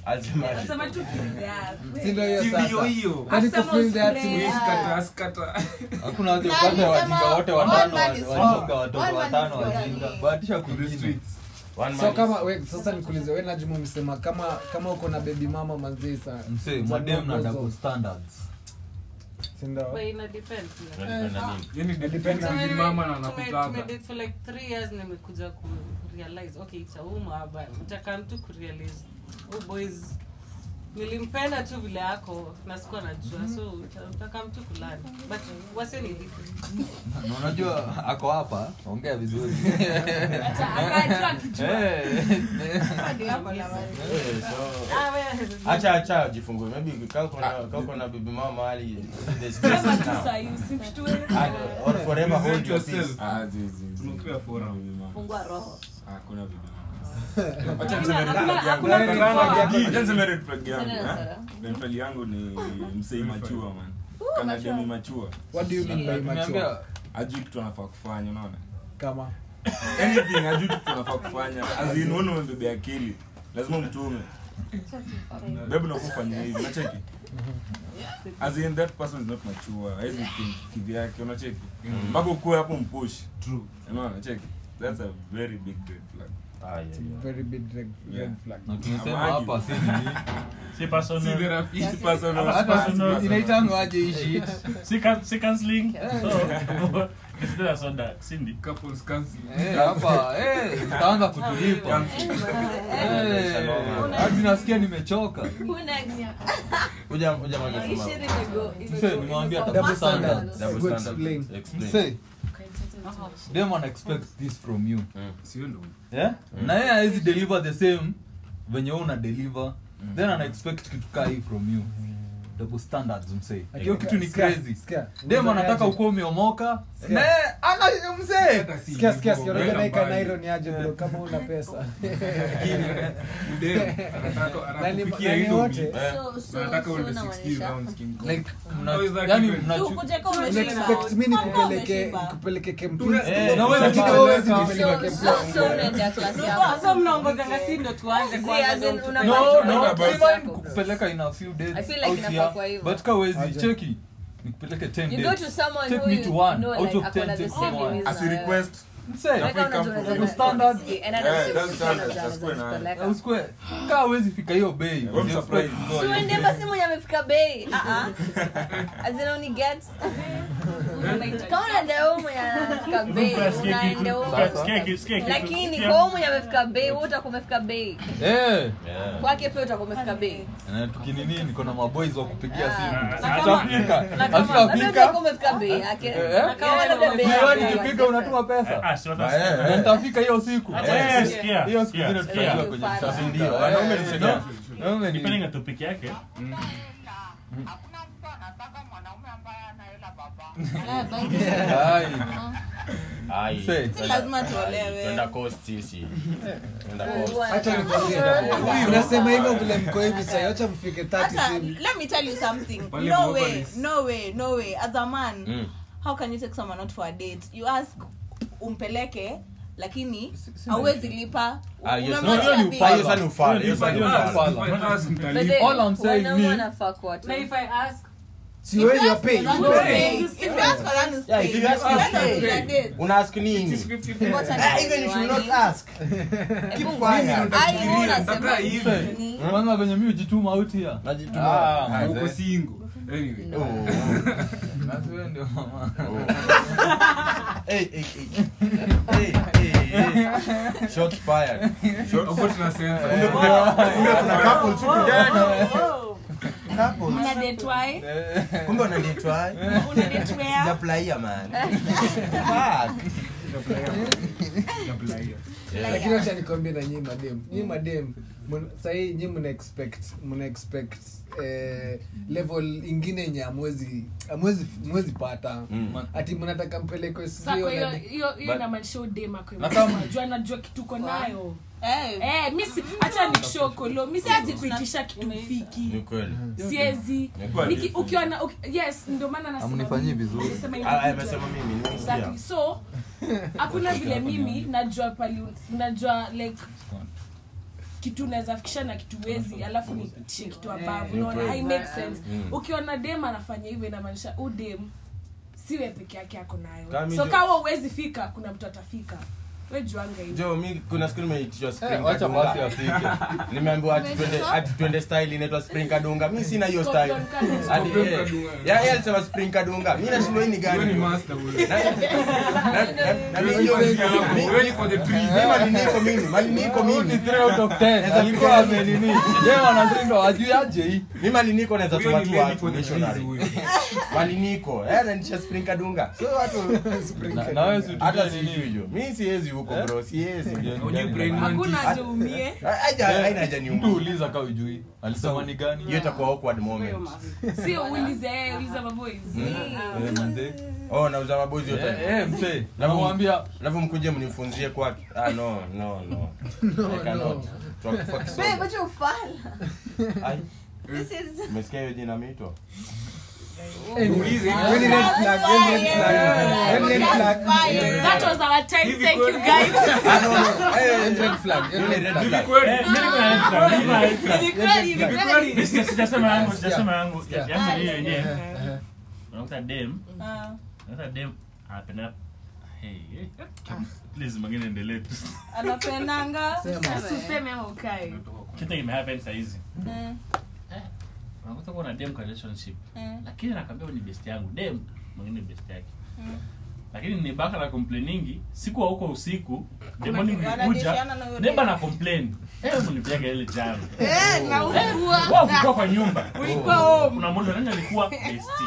[SPEAKER 2] alsemaje?
[SPEAKER 10] Sema tu yeah.
[SPEAKER 1] Si ndio hiyo
[SPEAKER 6] Si ndio
[SPEAKER 1] sasa?
[SPEAKER 6] hiyo?
[SPEAKER 1] That is to
[SPEAKER 10] Asema
[SPEAKER 1] feel that
[SPEAKER 10] usipray.
[SPEAKER 1] we-
[SPEAKER 6] Squeeze kata, skata.
[SPEAKER 3] hakuna watu
[SPEAKER 8] Na
[SPEAKER 3] upande
[SPEAKER 8] alisema,
[SPEAKER 3] wa wajinga wote
[SPEAKER 8] one
[SPEAKER 3] watano
[SPEAKER 8] man is
[SPEAKER 3] wa-
[SPEAKER 8] wrong.
[SPEAKER 3] wajinga
[SPEAKER 8] One
[SPEAKER 3] watoto
[SPEAKER 8] man is
[SPEAKER 3] watano
[SPEAKER 8] wrong.
[SPEAKER 3] wajinga bahatisha kwingine
[SPEAKER 2] One man
[SPEAKER 1] so
[SPEAKER 2] is-
[SPEAKER 1] kama we, sasa nikuulize we najuma umesema kama kama uko na baby mama mazee sana
[SPEAKER 3] msee madem na double standards
[SPEAKER 1] sindo
[SPEAKER 10] But ina depend pia.
[SPEAKER 2] Unalipenda nini?
[SPEAKER 6] Yaani depends on the mama na anakutaka.
[SPEAKER 10] Tume- tumedate for like three years nimekuja ku realize okay it's a woman but utaka mtu kurealize oh boys nilimpenda tu vile yako na sikuwa najua so uta- utaka mtu kulani but wase ni different.
[SPEAKER 3] na unajua ako hapa ongea vizuri
[SPEAKER 2] Eh, so-
[SPEAKER 10] Ah, wewe-
[SPEAKER 2] acha acha jifungue maybe kaa uko na- kaa uko na bibi mama mahali the space
[SPEAKER 10] Sema
[SPEAKER 2] is
[SPEAKER 10] tu
[SPEAKER 2] now.
[SPEAKER 10] sahi, usimshtue.
[SPEAKER 2] And- or forever hold
[SPEAKER 6] Present
[SPEAKER 2] your peace
[SPEAKER 6] yourself.
[SPEAKER 9] Ah, zi, zi, zi.
[SPEAKER 6] Tunakula forum.
[SPEAKER 4] Fungua roho.
[SPEAKER 9] Hakuna bibi mama.
[SPEAKER 2] acha
[SPEAKER 10] Hakuna-
[SPEAKER 2] tuseme red
[SPEAKER 10] hakuna-
[SPEAKER 2] flag yangu.
[SPEAKER 10] hakuna
[SPEAKER 2] Red
[SPEAKER 10] kufaa.
[SPEAKER 2] flag yangu.
[SPEAKER 9] Acha niseme red flag yangu,
[SPEAKER 4] Tena
[SPEAKER 9] eh?
[SPEAKER 4] Sara.
[SPEAKER 9] Red flag yangu ni msei machua man kana
[SPEAKER 4] mature.
[SPEAKER 9] demi machua
[SPEAKER 1] what do you mean by mature
[SPEAKER 3] Niambia,
[SPEAKER 9] ajui kitu anafaa kufanya unaona
[SPEAKER 1] kama
[SPEAKER 9] anything ajui kitu anafaa kufanya azinunu umebebe akili lazima mtume bebu nakufanya hivi unacheki as in that person is not mature hawezi think kivyake unacheki
[SPEAKER 3] Mm.
[SPEAKER 9] mpaka ukuwe hapo mpush
[SPEAKER 6] True.
[SPEAKER 9] unaona unacheki that's a very big red flag
[SPEAKER 2] Ah, yeah, yeah.
[SPEAKER 1] very big red, red
[SPEAKER 9] Yeah.
[SPEAKER 1] flag
[SPEAKER 3] na tumesema hapa si nini
[SPEAKER 11] Si personal.
[SPEAKER 6] See there are
[SPEAKER 9] Each person on
[SPEAKER 3] Hata
[SPEAKER 9] his
[SPEAKER 11] personal.
[SPEAKER 3] inaitangwa aje hii shit?
[SPEAKER 11] Si can- si counseling. So, tusiwe na soda. Si ndi?
[SPEAKER 6] couples counseling.
[SPEAKER 3] Eh, hapa eh, utaanza kutulipa Eh, hadi nasikia nimechoka
[SPEAKER 4] Who next?
[SPEAKER 2] Kuja- kuja moja kwa moja.
[SPEAKER 4] Ishiri imego-
[SPEAKER 3] Msee,
[SPEAKER 4] imego-
[SPEAKER 3] nimewambia double
[SPEAKER 4] imego- Double
[SPEAKER 3] standards.
[SPEAKER 4] standards.
[SPEAKER 2] Double
[SPEAKER 1] Go
[SPEAKER 2] standard.
[SPEAKER 1] explain.
[SPEAKER 2] Explain.
[SPEAKER 3] Msee, dem ana expect this from you
[SPEAKER 6] Sio ndo.
[SPEAKER 3] yeah? na yeye hawezi deliver the same venye wewe una deliver then ana expect kitu kaa hii from you double standards msee hiyo kitu ni
[SPEAKER 1] Sikia,
[SPEAKER 3] crazy
[SPEAKER 1] sikia.
[SPEAKER 3] dem anataka
[SPEAKER 1] Unajua-
[SPEAKER 3] ukuwa umeomoka
[SPEAKER 1] Sikia.
[SPEAKER 3] na yeye ana msee
[SPEAKER 6] Hata si
[SPEAKER 1] sikia sikia
[SPEAKER 6] hivyo,
[SPEAKER 1] sikia unajua
[SPEAKER 6] weka
[SPEAKER 1] naika
[SPEAKER 6] mbali.
[SPEAKER 1] nairo ni aje bro kama una pesa
[SPEAKER 6] Dem, anataka-
[SPEAKER 1] Na ni-
[SPEAKER 6] anakupikia
[SPEAKER 1] na ni
[SPEAKER 6] hilo
[SPEAKER 1] wote.
[SPEAKER 6] mbili.
[SPEAKER 2] Eh,
[SPEAKER 4] So- so-
[SPEAKER 6] Anataka
[SPEAKER 4] so
[SPEAKER 6] uende 60
[SPEAKER 4] unamaanisha-
[SPEAKER 6] rounds King Kong.
[SPEAKER 3] like mna-
[SPEAKER 6] How is that
[SPEAKER 3] yani
[SPEAKER 6] even?
[SPEAKER 3] Yaani, mnachu-
[SPEAKER 8] Ukuje kama
[SPEAKER 1] Una
[SPEAKER 8] umeshiba.
[SPEAKER 1] expect mimi
[SPEAKER 8] Kama
[SPEAKER 1] nikupeleke
[SPEAKER 8] umeshiba.
[SPEAKER 1] kupeleke
[SPEAKER 2] Eh,
[SPEAKER 3] na wewe
[SPEAKER 1] lakini
[SPEAKER 3] kidogo
[SPEAKER 1] wewe huwezi
[SPEAKER 3] weka.
[SPEAKER 1] kupeleka
[SPEAKER 4] so-
[SPEAKER 1] kempu.
[SPEAKER 4] so- so unaendea klasi yako.
[SPEAKER 10] Sasa- sasa mnaongozanga si ndo tuanze
[SPEAKER 4] Zee,
[SPEAKER 10] kwanza
[SPEAKER 4] as in
[SPEAKER 10] ndo
[SPEAKER 4] una-
[SPEAKER 10] tuta-
[SPEAKER 3] Yaani, no
[SPEAKER 4] Not
[SPEAKER 3] no
[SPEAKER 4] about
[SPEAKER 3] si
[SPEAKER 4] that.
[SPEAKER 3] mind kukupeleka in a few days
[SPEAKER 4] I feel like
[SPEAKER 3] out
[SPEAKER 4] inafaa
[SPEAKER 3] here,
[SPEAKER 4] kwa hivyo.
[SPEAKER 3] but ka wezi
[SPEAKER 1] Aje.
[SPEAKER 3] cheki nikupeleke 10
[SPEAKER 4] You go
[SPEAKER 3] days
[SPEAKER 4] to someone
[SPEAKER 3] Take
[SPEAKER 4] who
[SPEAKER 3] me
[SPEAKER 4] you
[SPEAKER 3] to one.
[SPEAKER 4] know,
[SPEAKER 3] Out
[SPEAKER 4] like,
[SPEAKER 3] of
[SPEAKER 4] ako na
[SPEAKER 3] ten,
[SPEAKER 4] the
[SPEAKER 3] take me
[SPEAKER 4] same
[SPEAKER 3] one.
[SPEAKER 4] views
[SPEAKER 9] As
[SPEAKER 4] na
[SPEAKER 9] he
[SPEAKER 4] wewe.
[SPEAKER 9] request
[SPEAKER 3] Msee,
[SPEAKER 9] Like,
[SPEAKER 4] Weka
[SPEAKER 9] we come
[SPEAKER 4] unajua
[SPEAKER 9] from-
[SPEAKER 4] unajua
[SPEAKER 3] standards.
[SPEAKER 4] unajua and
[SPEAKER 9] Eh,
[SPEAKER 4] anasema
[SPEAKER 9] that's standards,
[SPEAKER 4] unajua
[SPEAKER 9] that's good,
[SPEAKER 4] unajipeleka.
[SPEAKER 3] Eh, usikwe ka hawezi fika hiyo bei
[SPEAKER 9] Wewe
[SPEAKER 3] Usi-
[SPEAKER 9] msurprise.
[SPEAKER 3] usikwe-
[SPEAKER 4] So uende basi mwenye amefika bei Ah, ah. As in only get. Kama unaenda wewe mwenye anafika bei
[SPEAKER 11] Sikia kitu.
[SPEAKER 4] unaenda wewe
[SPEAKER 3] Sasa.
[SPEAKER 11] Sikia kitu,
[SPEAKER 4] mwenye-
[SPEAKER 11] sikia kitu.
[SPEAKER 4] lakini
[SPEAKER 11] Sikia.
[SPEAKER 4] kwa wewe mwenye amefika bei wewe utakuwa umefika bei
[SPEAKER 3] Eh,
[SPEAKER 2] yeah.
[SPEAKER 4] kwake pia utakuwa umefika bei
[SPEAKER 3] na tukinini niko na maboys wa kupigia
[SPEAKER 4] Ah.
[SPEAKER 3] simu
[SPEAKER 11] Na kama-
[SPEAKER 3] atapika
[SPEAKER 10] na kama-
[SPEAKER 4] labda utakuwa
[SPEAKER 3] atapika
[SPEAKER 4] umefika bei yake
[SPEAKER 3] Eh,
[SPEAKER 4] Na kama
[SPEAKER 10] eh,
[SPEAKER 4] labda bei yako
[SPEAKER 3] Wewe
[SPEAKER 4] itakuwa
[SPEAKER 10] Milioni
[SPEAKER 3] nikipiga unatuma
[SPEAKER 11] Ah,
[SPEAKER 3] pesa
[SPEAKER 11] ah, si
[SPEAKER 2] Ba, eh,
[SPEAKER 11] wata-
[SPEAKER 3] na
[SPEAKER 2] eh.
[SPEAKER 3] nitafika hiyo siku
[SPEAKER 10] Acha
[SPEAKER 3] Eh,
[SPEAKER 11] Eh,
[SPEAKER 10] sikia.
[SPEAKER 11] sikia,
[SPEAKER 3] hiyo siku
[SPEAKER 11] sikia,
[SPEAKER 3] ingine
[SPEAKER 11] sikia.
[SPEAKER 3] tutajua kwenye
[SPEAKER 4] Sasa
[SPEAKER 3] mtandao.
[SPEAKER 2] ndio,
[SPEAKER 3] Eh,
[SPEAKER 2] wanaume ni
[SPEAKER 3] no,
[SPEAKER 2] senior.
[SPEAKER 3] wanaume ni-
[SPEAKER 11] Depending na topic yake.
[SPEAKER 3] Ai,
[SPEAKER 2] Ai,
[SPEAKER 3] Msee.
[SPEAKER 2] twenda-
[SPEAKER 8] lazima tuolewe.
[SPEAKER 2] twenda coast sisi. Twenda coast.
[SPEAKER 4] itakuwa-
[SPEAKER 1] Acha nikwambie dada. Unasema hivyo vile mko hivi sasa, acha mfike 30
[SPEAKER 8] Hata,
[SPEAKER 1] simu.
[SPEAKER 8] let me tell you something.
[SPEAKER 6] Pale
[SPEAKER 8] No
[SPEAKER 6] Mogolis.
[SPEAKER 8] way, no way, no way. As a man,
[SPEAKER 2] Mm.
[SPEAKER 8] how can you take someone out for a date? You ask umpeleke lakini
[SPEAKER 3] si-
[SPEAKER 8] hauwezi lipa.
[SPEAKER 2] Ah, yes.
[SPEAKER 8] Unamwachia
[SPEAKER 3] No, hiyo ni
[SPEAKER 8] bill.
[SPEAKER 2] Ah, hiyo sasa ni ufala, hiyo
[SPEAKER 6] If
[SPEAKER 2] sasa
[SPEAKER 6] I
[SPEAKER 2] ni
[SPEAKER 3] Hiyo
[SPEAKER 2] ufala.
[SPEAKER 6] ask,
[SPEAKER 3] ufala.
[SPEAKER 6] if I ask,
[SPEAKER 4] But
[SPEAKER 6] nitalipia.
[SPEAKER 4] then,
[SPEAKER 3] All I'm saying
[SPEAKER 4] wanaume
[SPEAKER 3] ni-
[SPEAKER 4] wanafaa kuwa tu.
[SPEAKER 10] na if i ask
[SPEAKER 1] si wewe you are
[SPEAKER 4] If you
[SPEAKER 1] paying.
[SPEAKER 4] ask for that, it's paid. If you ask for that, it's
[SPEAKER 2] Yeah, if you
[SPEAKER 4] paid.
[SPEAKER 2] ask,
[SPEAKER 4] That's what
[SPEAKER 6] it's
[SPEAKER 4] we
[SPEAKER 6] paid.
[SPEAKER 4] did.
[SPEAKER 2] unaask
[SPEAKER 9] It is
[SPEAKER 2] nini
[SPEAKER 9] 50
[SPEAKER 7] Ngoja
[SPEAKER 9] pesa.
[SPEAKER 2] Eh, even you should not
[SPEAKER 7] niwaambie.
[SPEAKER 2] ask.
[SPEAKER 7] Hebu
[SPEAKER 2] quiet.
[SPEAKER 7] ngoja.
[SPEAKER 2] Utakulia,
[SPEAKER 7] Ai, wewe unasema
[SPEAKER 6] utakaa hivi.
[SPEAKER 7] nini?
[SPEAKER 3] kwanza kwenye mi ujituma out here.
[SPEAKER 2] Najituma.
[SPEAKER 3] Ah,
[SPEAKER 6] Uko single. Anyway.
[SPEAKER 2] Oh, oh,
[SPEAKER 3] na wewe ndio mama.
[SPEAKER 2] oh. Eh, eh, eh. Eh, eh, eh. Shots fired.
[SPEAKER 6] Hapo tuna sensa.
[SPEAKER 2] Kuna couple tu
[SPEAKER 10] Oh,
[SPEAKER 2] kudada. Couple.
[SPEAKER 4] Una date eh? why?
[SPEAKER 2] Kumbe unanitry.
[SPEAKER 4] Una date where?
[SPEAKER 2] Sijaplaya man. Fuck.
[SPEAKER 1] lakini acha nikwambie na nyinyi madem nyinyi madem mun- sahii nyinyi mna expect mna expect eh, level ingine yenye amwezi amwezi amwezi pata
[SPEAKER 2] Mm.
[SPEAKER 1] ati mnataka mpelekwe
[SPEAKER 10] Sasa kwa hiyo-
[SPEAKER 1] sijui
[SPEAKER 10] hiyo hiyo
[SPEAKER 2] But-
[SPEAKER 10] inamaanisha udema kwa
[SPEAKER 3] Na kama-
[SPEAKER 10] juu anajua kitu uko nayo
[SPEAKER 4] Eh,
[SPEAKER 10] eh mi si hata nikishow kolo mi siwezi kuitisha kitu
[SPEAKER 2] Ni
[SPEAKER 10] fiki
[SPEAKER 2] kweli.
[SPEAKER 10] siwezi
[SPEAKER 2] Ni kweli.
[SPEAKER 10] Niki- ukiwa na uki- yes ndio maana nasema
[SPEAKER 3] Hamnifanyii
[SPEAKER 10] mimi-
[SPEAKER 3] vizuri.
[SPEAKER 10] nimesema
[SPEAKER 2] Ah,
[SPEAKER 10] inakuja.
[SPEAKER 2] amesema mimi nimemsikia.
[SPEAKER 10] Exactly. so hakuna vile mimi najua pali najua like kitu unaweza fikisha na kitu wezi alafu nipitishe kitu ambavyo unaona hai make sense
[SPEAKER 2] Mm.
[SPEAKER 10] ukiwa na dem anafanya hivyo inamaanisha u dem siwe peke yake ako nayo
[SPEAKER 2] Kami
[SPEAKER 10] so
[SPEAKER 2] jo-
[SPEAKER 10] kawa uwezi fika kuna mtu atafika we juanga hivo
[SPEAKER 2] jo mi kuna siku nimeitishwa spring
[SPEAKER 3] Eh, wacha
[SPEAKER 2] kadunga.
[SPEAKER 3] basi afike.
[SPEAKER 2] nimeambiwa ati twende- ati twende style inaitwa spring kadunga mi sina hiyo style
[SPEAKER 10] Scorpion Kadunga.
[SPEAKER 2] Ati,
[SPEAKER 6] Scorpion
[SPEAKER 2] eh,
[SPEAKER 6] kadunga.
[SPEAKER 2] ya- ya alisema spring kadunga mi nashindwa hii ni
[SPEAKER 6] Wewe ni
[SPEAKER 2] gani
[SPEAKER 6] master wewe.
[SPEAKER 2] Na- na- na- na- mi-
[SPEAKER 6] Wewe ni
[SPEAKER 2] hiyo-
[SPEAKER 6] master
[SPEAKER 2] mi-
[SPEAKER 6] yako. Wewe ni for the
[SPEAKER 2] mi
[SPEAKER 6] trees.
[SPEAKER 2] mali niko mimi mali niko mimi
[SPEAKER 3] alikuwa amenini jema nasindo ajui aje hii
[SPEAKER 2] mi mali niko naweza
[SPEAKER 6] Huyo
[SPEAKER 2] tuma
[SPEAKER 6] ni
[SPEAKER 2] tu
[SPEAKER 6] meli
[SPEAKER 2] watu
[SPEAKER 6] for the trees
[SPEAKER 2] missionary
[SPEAKER 6] huyo.
[SPEAKER 2] mali niko eh nanisha spring kadunga so watu
[SPEAKER 3] Na- na wewe si
[SPEAKER 2] hata
[SPEAKER 3] utujue nini.
[SPEAKER 2] sijui jo mi siwezi huko bro siwezi
[SPEAKER 6] Hujui brain
[SPEAKER 10] hakuna
[SPEAKER 6] mantis.
[SPEAKER 10] ajeumie
[SPEAKER 2] Haja- haina haja niuma.
[SPEAKER 3] mtu uliza ka ujui alisema ni
[SPEAKER 2] hiyo
[SPEAKER 3] gani
[SPEAKER 2] itakuwa awkward moment Hmm?
[SPEAKER 10] sio ulize uliza maboizi ah.
[SPEAKER 3] Eh, manze.
[SPEAKER 2] oh nauza mabozi yote
[SPEAKER 3] Eh, eh, mzee
[SPEAKER 2] Alafu-
[SPEAKER 3] namwambia
[SPEAKER 2] alafu mkuje mnifunzie kwake ah, no no no I cannot. Tutakufa kisogo.
[SPEAKER 7] Babe, wacha ufala.
[SPEAKER 2] Ai,
[SPEAKER 7] This is-
[SPEAKER 2] umesikia hiyo jina mitwa
[SPEAKER 6] Ulize.
[SPEAKER 10] that was our time
[SPEAKER 6] Hivi
[SPEAKER 10] thank you
[SPEAKER 6] kweli-
[SPEAKER 10] guys
[SPEAKER 9] Eh, mimi niko na extra, mimi na extra.
[SPEAKER 10] Kweli.
[SPEAKER 9] Sija- sijasema yangu, sijasema yangu.
[SPEAKER 1] Yeah.
[SPEAKER 9] Yangu ni hiyo yenyewe. Unakuta dem,
[SPEAKER 4] Ah,
[SPEAKER 9] unakuta dem anapenda- Hey, eh,
[SPEAKER 10] Ah.
[SPEAKER 9] please, mwingine endelee tu.
[SPEAKER 4] anapendanga.
[SPEAKER 10] Sasa useme ama ukae
[SPEAKER 9] kitu imehappen sahizi unakuta kuwa na dem kwa relationship lakini nakwambia huyu ni best yangu dem mwingine ni best yake
[SPEAKER 10] Mm.
[SPEAKER 9] lakini ni baka la complainingi siku huko usiku demoni mlikuja
[SPEAKER 4] Wanadishiana na yule.
[SPEAKER 9] deba na complain Eh, mnipiaga ile jana
[SPEAKER 4] Eh, na
[SPEAKER 9] wao
[SPEAKER 4] ukua.
[SPEAKER 9] kulikuwa kwa nyumba
[SPEAKER 4] Ulikuwa home.
[SPEAKER 9] kuna mmoja nani alikuwa besti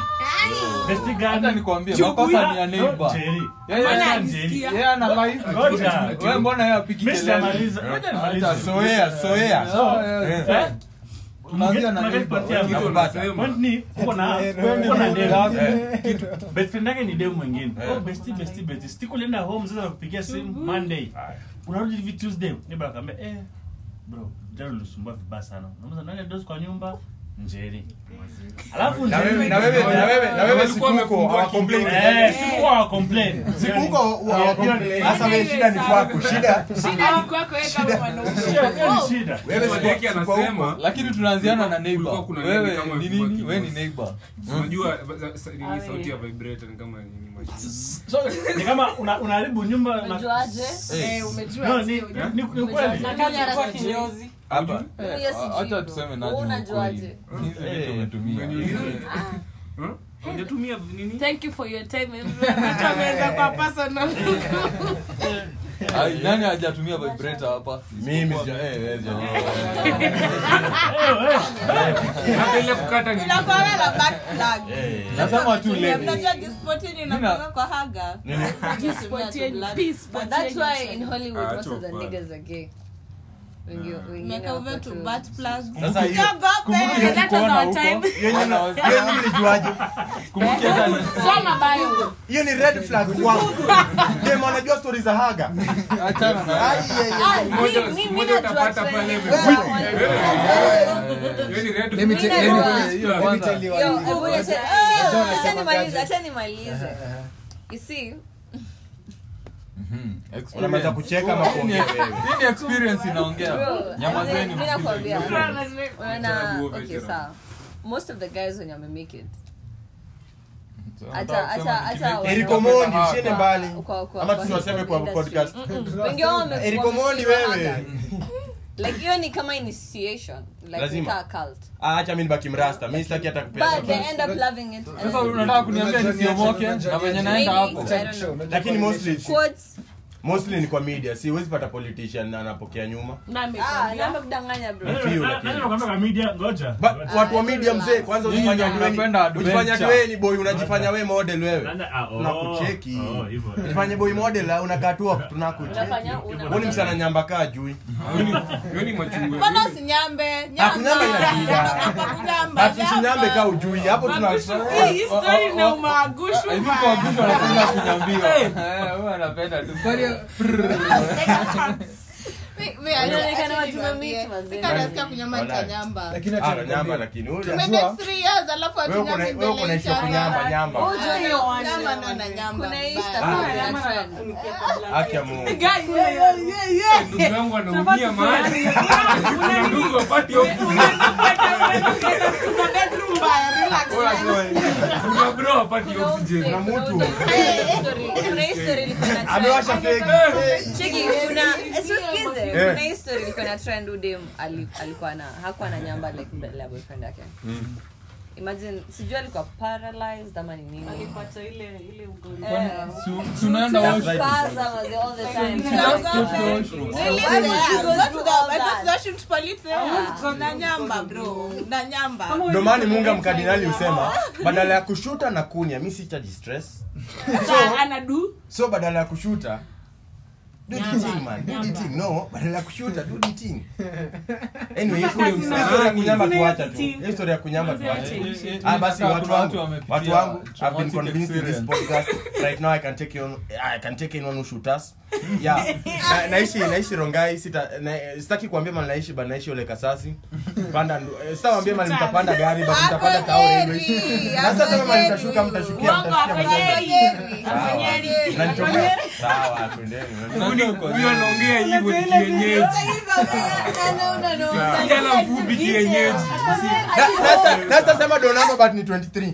[SPEAKER 9] besti
[SPEAKER 3] hata
[SPEAKER 9] gani
[SPEAKER 3] nikwambie
[SPEAKER 9] Chukua-
[SPEAKER 3] makosa ni ya neighbor.
[SPEAKER 9] Jerry.
[SPEAKER 3] Yeye-
[SPEAKER 9] Maana
[SPEAKER 3] yeye-
[SPEAKER 9] Jerry.
[SPEAKER 10] alisikia.
[SPEAKER 3] yeye ana live
[SPEAKER 9] Ngoja.
[SPEAKER 3] wewe mbona yeye apigi
[SPEAKER 9] Mimi
[SPEAKER 3] kelele?
[SPEAKER 9] sijamaliza. Ngoja nimalize.
[SPEAKER 2] soea soea
[SPEAKER 9] So,
[SPEAKER 3] Eh,
[SPEAKER 9] eh,
[SPEAKER 3] Tunaanzia na
[SPEAKER 9] Unageti-
[SPEAKER 3] neighbor.
[SPEAKER 9] unageti
[SPEAKER 6] Kitu
[SPEAKER 9] patia-
[SPEAKER 6] unasema.
[SPEAKER 9] point ni, uko na- uko na dem. best friend yake ni dem mwingine
[SPEAKER 2] Eh.
[SPEAKER 9] oh, besti besti besti siku ulienda home sasa nakupigia simu monday unarudi hivi tuesday niba akamwambia eh bro jana ulisumbua vibaya sana unamza nani dosi kwa nyumba njeri alafu
[SPEAKER 2] Na
[SPEAKER 9] njeri
[SPEAKER 2] wewe- na wewe- na wewe- na wewe
[SPEAKER 6] Walikuwa
[SPEAKER 2] sikuko,
[SPEAKER 6] wamefungua
[SPEAKER 2] hawacomplain.
[SPEAKER 9] eh sikuwa wa complain
[SPEAKER 2] Sikuko, hawacomplain. Sasa wewe shida ni kwako shida
[SPEAKER 10] shida ni kwako wewe kama mwanaume
[SPEAKER 9] Shida- hiyo ni shida
[SPEAKER 2] wewe
[SPEAKER 6] Kwa
[SPEAKER 2] sikuko,
[SPEAKER 6] Jackie
[SPEAKER 2] sikuko
[SPEAKER 6] anasema,
[SPEAKER 3] lakini tunaanziana na
[SPEAKER 6] Kulikuwa
[SPEAKER 3] neighbor
[SPEAKER 6] kuna nini
[SPEAKER 3] wewe
[SPEAKER 6] kama
[SPEAKER 3] ni
[SPEAKER 6] ilikuwa
[SPEAKER 3] nini wewe ni
[SPEAKER 6] kibos.
[SPEAKER 3] neighbor
[SPEAKER 6] Unajua sa- sa- nini sauti ya vibrator ni kama nini machine.
[SPEAKER 9] ni kama una- unaharibu nyumba una-
[SPEAKER 7] Unajuaje?
[SPEAKER 10] eh umejua
[SPEAKER 9] no ni ni- ni kweli
[SPEAKER 5] Na kama alikuwa
[SPEAKER 7] Unajua?
[SPEAKER 5] kinyozi.
[SPEAKER 2] hapa
[SPEAKER 3] Eh,
[SPEAKER 7] Hiyo sijui
[SPEAKER 3] acha
[SPEAKER 7] bro.
[SPEAKER 3] tuseme
[SPEAKER 7] Wewe
[SPEAKER 3] naji
[SPEAKER 7] unajuaje?
[SPEAKER 3] hizi vitu
[SPEAKER 2] Eh.
[SPEAKER 3] umetumia
[SPEAKER 6] Huh? Ungetumia nini?
[SPEAKER 10] thank you for your time everyone Watu wameweza kuwa personal
[SPEAKER 3] Ai, nani hajatumia vibrator hapa
[SPEAKER 2] mimi sija eh
[SPEAKER 3] Oh,
[SPEAKER 2] eh, sija-
[SPEAKER 6] Hata ile kukata ni
[SPEAKER 4] Inakuanga na back plug.
[SPEAKER 2] eh
[SPEAKER 3] nasema tu ladies
[SPEAKER 4] Mnajua kispotini inakuanga kwa haga. Unatumia tu blood.
[SPEAKER 7] But that's why in Hollywood,
[SPEAKER 12] Ah,
[SPEAKER 7] most of the
[SPEAKER 12] chofana.
[SPEAKER 7] niggas are gay.
[SPEAKER 2] Ah.
[SPEAKER 7] Wengi- wengine
[SPEAKER 4] Umeweka
[SPEAKER 7] wako
[SPEAKER 4] uve
[SPEAKER 7] tu-
[SPEAKER 4] tu butt plug.
[SPEAKER 2] Sasa hiyo-
[SPEAKER 4] Sio gope.
[SPEAKER 3] kumbuka hiyo
[SPEAKER 10] That was
[SPEAKER 3] tuko na
[SPEAKER 10] our
[SPEAKER 3] huko.
[SPEAKER 10] time.
[SPEAKER 2] Hiyo nyinyi- hiyo nyinyi mlijuaje?
[SPEAKER 3] Kumbuka hata ni-
[SPEAKER 10] soma bio
[SPEAKER 2] hiyo ni red flag kwangu dem anajua stori za haga
[SPEAKER 3] achana na-
[SPEAKER 2] Ai, ai, ai.
[SPEAKER 7] Ah,
[SPEAKER 6] Moja-
[SPEAKER 7] mi- mi- mi
[SPEAKER 6] moja
[SPEAKER 7] najua
[SPEAKER 6] utapata
[SPEAKER 7] trend.
[SPEAKER 6] pale hivi.
[SPEAKER 7] Wewe,
[SPEAKER 6] Wiki.
[SPEAKER 7] wewe.
[SPEAKER 6] Hiyo ni red
[SPEAKER 1] Let me
[SPEAKER 6] flag.
[SPEAKER 1] tell- let me-
[SPEAKER 7] Minajua.
[SPEAKER 1] let me tell you
[SPEAKER 7] Yo,
[SPEAKER 1] one thing.
[SPEAKER 7] hebu niache-
[SPEAKER 4] "Oh,
[SPEAKER 7] Eh, acha nimalize, acha
[SPEAKER 2] Eh,
[SPEAKER 7] nimalize. You see,
[SPEAKER 3] Mhm.
[SPEAKER 2] Unamaliza kucheka ama
[SPEAKER 3] Hii ni-
[SPEAKER 2] kuongea wewe?
[SPEAKER 3] hii ni experience inaongea
[SPEAKER 7] bro,
[SPEAKER 3] Nyamazeni,
[SPEAKER 7] mimi
[SPEAKER 3] msikize.
[SPEAKER 7] nakwambia.
[SPEAKER 10] Bro, lazima-
[SPEAKER 7] unaona
[SPEAKER 6] Mtaalamu wa
[SPEAKER 7] okay
[SPEAKER 6] veteran.
[SPEAKER 7] sawa most of the guys wenye wamemake it hata hata hata wana-
[SPEAKER 2] Eriko Mondi, usiende
[SPEAKER 7] kwa-
[SPEAKER 2] mbali.
[SPEAKER 7] kwa- kwa-
[SPEAKER 2] Ama
[SPEAKER 7] kwa
[SPEAKER 2] tusiwaseme
[SPEAKER 7] hip-hop
[SPEAKER 2] kwa
[SPEAKER 7] industry.
[SPEAKER 2] podcast.
[SPEAKER 7] Mm-mm.
[SPEAKER 2] Tunawasema.
[SPEAKER 7] Wengi wao
[SPEAKER 4] eh.
[SPEAKER 7] wame-
[SPEAKER 2] Eriko Mondi wewe.
[SPEAKER 7] wamefiwa under. like hiyo ni kama initiation like
[SPEAKER 2] Lazima.
[SPEAKER 7] ni kaa cult
[SPEAKER 2] Ah, acha mi nibaki mrasta mi sitaki hata kupea
[SPEAKER 7] but they end up loving it
[SPEAKER 3] Sasa unataka kuniambia nisiomoke na venye naenda hapo.
[SPEAKER 2] lakini mostly
[SPEAKER 7] Quotes.
[SPEAKER 2] mostly ni kwa media si huwezi pata politician na anapokea nyuma
[SPEAKER 7] Ah, na amekudanganya bro
[SPEAKER 2] Ni feel, lakini.
[SPEAKER 9] media ngoja
[SPEAKER 2] But watu wa media mzee kwanza
[SPEAKER 3] Nyinyi
[SPEAKER 2] ujifanya
[SPEAKER 3] ndio
[SPEAKER 2] ati wewe ni-
[SPEAKER 3] mnapenda
[SPEAKER 2] ujifanya ati
[SPEAKER 3] adventure.
[SPEAKER 2] wewe ni boy unajifanya wewe model wewe
[SPEAKER 9] Ah, oh,
[SPEAKER 2] tunakucheki
[SPEAKER 9] oh, hivyo.
[SPEAKER 2] ujifanye boy model au unakaa tu hapo, tunakucheki Wewe ni msana nyamba kaa jui
[SPEAKER 6] Yoni machungwa.
[SPEAKER 13] mbona usinyambe
[SPEAKER 2] Akunyamba inatia. Ati usinyambe kaa ujui hapo tuna Ah, Oh,
[SPEAKER 7] Inaonekana watu wameishi wazee.
[SPEAKER 13] nasikia kunyamba nitanyamba
[SPEAKER 1] lakini
[SPEAKER 2] Ah, na nyamba lakini wewe
[SPEAKER 13] tumedate three years alafu
[SPEAKER 2] wewe uko na-
[SPEAKER 13] atunyambe
[SPEAKER 2] wewe uko na issue ya kunyamba nyamba Ah,
[SPEAKER 13] nyama na na nyamba
[SPEAKER 7] Kuna hii
[SPEAKER 13] Bye.
[SPEAKER 7] staff ya trend.
[SPEAKER 2] haki ya Mungu
[SPEAKER 6] Ndugu yangu anaumia mahali. Kuna ndugu wapati hofu. Kuna bro wapati
[SPEAKER 7] Kuna
[SPEAKER 6] hofu je.
[SPEAKER 7] hii-
[SPEAKER 2] na mtu
[SPEAKER 7] kuna hii story ilikuwa na trend.
[SPEAKER 2] amewasha fake
[SPEAKER 7] Cheki, kuna- sisikize,
[SPEAKER 2] Eh.
[SPEAKER 7] kuna hii story ilikuwa na trend udem alikuwa na hakuwa na nyamba like mbele ya boyfriend yake imagine sijui alikuwa paralyzed ama ni nini
[SPEAKER 5] alipata ile ile ugonjwa
[SPEAKER 7] Eh,
[SPEAKER 3] Tu- tunaenda washroom.
[SPEAKER 7] tunapaza wazee all the time.
[SPEAKER 3] Just go to washroom.
[SPEAKER 7] Why would you go through all that?
[SPEAKER 13] na nyamba bro na nyamba
[SPEAKER 2] ndio maana munga mkardinali husema badala ya kushuta na kunia mi sitaji stress
[SPEAKER 10] anadu
[SPEAKER 2] so badala ya kushuta do the thing man do the thing no badala ya kushuta do the thing anyway hiyo story- hiyo story ya kunyamba tuacha tu hiyo story ya kunyamba tuacha ah basi watu wangu watu wangu I've been convinced with this podcast right now I can take you on, I can take anyone who shoot us yeah na, naishi naishi Rongai sita na, sitaki kuambia mali naishi ba naishi ole Kasasi panda eh, sitawaambia mali mtapanda gari ba mtapanda tao railway na sasa kama mali mtashuka mtashukia mtashukia mtashukia
[SPEAKER 13] Nyeri.
[SPEAKER 2] na nichomoa sawa twendeni
[SPEAKER 6] Huyo anaongea hivyo ni kienyeji. Kijana mfupi kienyeji.
[SPEAKER 2] Na- na- na sasa sema do number but ni 23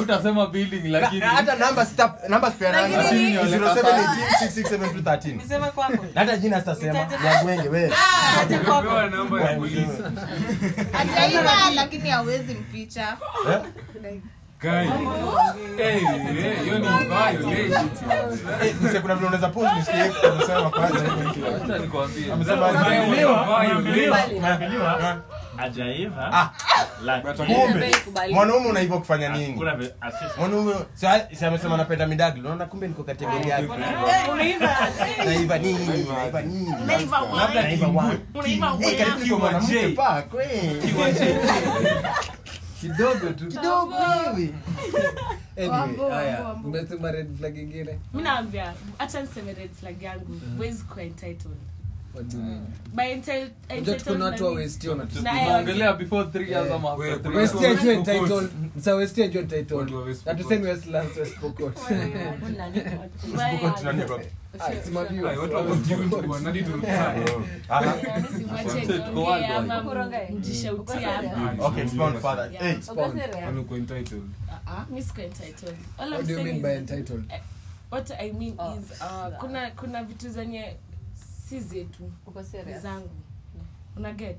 [SPEAKER 3] utasema building
[SPEAKER 2] Na-
[SPEAKER 3] lakini
[SPEAKER 2] na hata namba sita- namba sipeananga.
[SPEAKER 3] Lakini ni-
[SPEAKER 2] 0718667213.
[SPEAKER 5] niseme kwako
[SPEAKER 2] Na hata jina sitasema yagwenge we
[SPEAKER 7] Ah,
[SPEAKER 6] Pewa namba ya polisi.
[SPEAKER 13] Ataiba lakini hawezi mficha.
[SPEAKER 2] Eh?
[SPEAKER 6] Kai. Eh, eh, hiyo ni mbaya, legit.
[SPEAKER 2] Eh, mse, kuna vile unaweza pause nisikie kusema kwanza
[SPEAKER 3] Acha nikwambie.
[SPEAKER 2] Amesema- Ah. Kumbe, mwanaume una hivyo kufanya nini
[SPEAKER 9] ah,
[SPEAKER 2] mwanaume si- si amesema napenda midagli unaona kumbe niko kategoria yake. naiva nini naiva nini labda naiva one. Eh, karibu niko mwanamke pa, kwe.
[SPEAKER 3] kidogo tu
[SPEAKER 2] Kidogo hivi.
[SPEAKER 1] Anyway, haya, umesema red flag ingine
[SPEAKER 10] mi naambia hacha niseme red flag yangu
[SPEAKER 2] Mm.
[SPEAKER 10] wezi kuwa entitled
[SPEAKER 1] What do you mean?
[SPEAKER 10] by entitled
[SPEAKER 1] Unajua tuko na watu wa West Hill wanatu-
[SPEAKER 10] Na-
[SPEAKER 3] tunaongelea before 3 years ama after
[SPEAKER 6] Wewe,
[SPEAKER 3] 3
[SPEAKER 1] West
[SPEAKER 3] years
[SPEAKER 1] Hill ajua
[SPEAKER 6] West
[SPEAKER 1] entitled-
[SPEAKER 6] Pokot.
[SPEAKER 1] Msa West Hill ajua entitled.
[SPEAKER 6] Watu wa West
[SPEAKER 1] Na
[SPEAKER 6] Pokot.
[SPEAKER 1] tuseme Westlands, West Pokot.
[SPEAKER 2] Huko tunanipa-
[SPEAKER 1] Ah, it's my view.
[SPEAKER 6] Ai, watu wako kiuntu bwana, hadi tumsahau.
[SPEAKER 2] Aha. Okay, expound further. Eh,
[SPEAKER 1] Expound.
[SPEAKER 6] Wamekuwa entitled.
[SPEAKER 1] Ah,
[SPEAKER 10] Ah,
[SPEAKER 1] What do you mean by entitled? Ah,
[SPEAKER 7] Oh, sawa.
[SPEAKER 10] ah, kuna kuna vitu zenye si zetu
[SPEAKER 7] Uko
[SPEAKER 10] ni
[SPEAKER 7] serious?
[SPEAKER 10] zangu unaget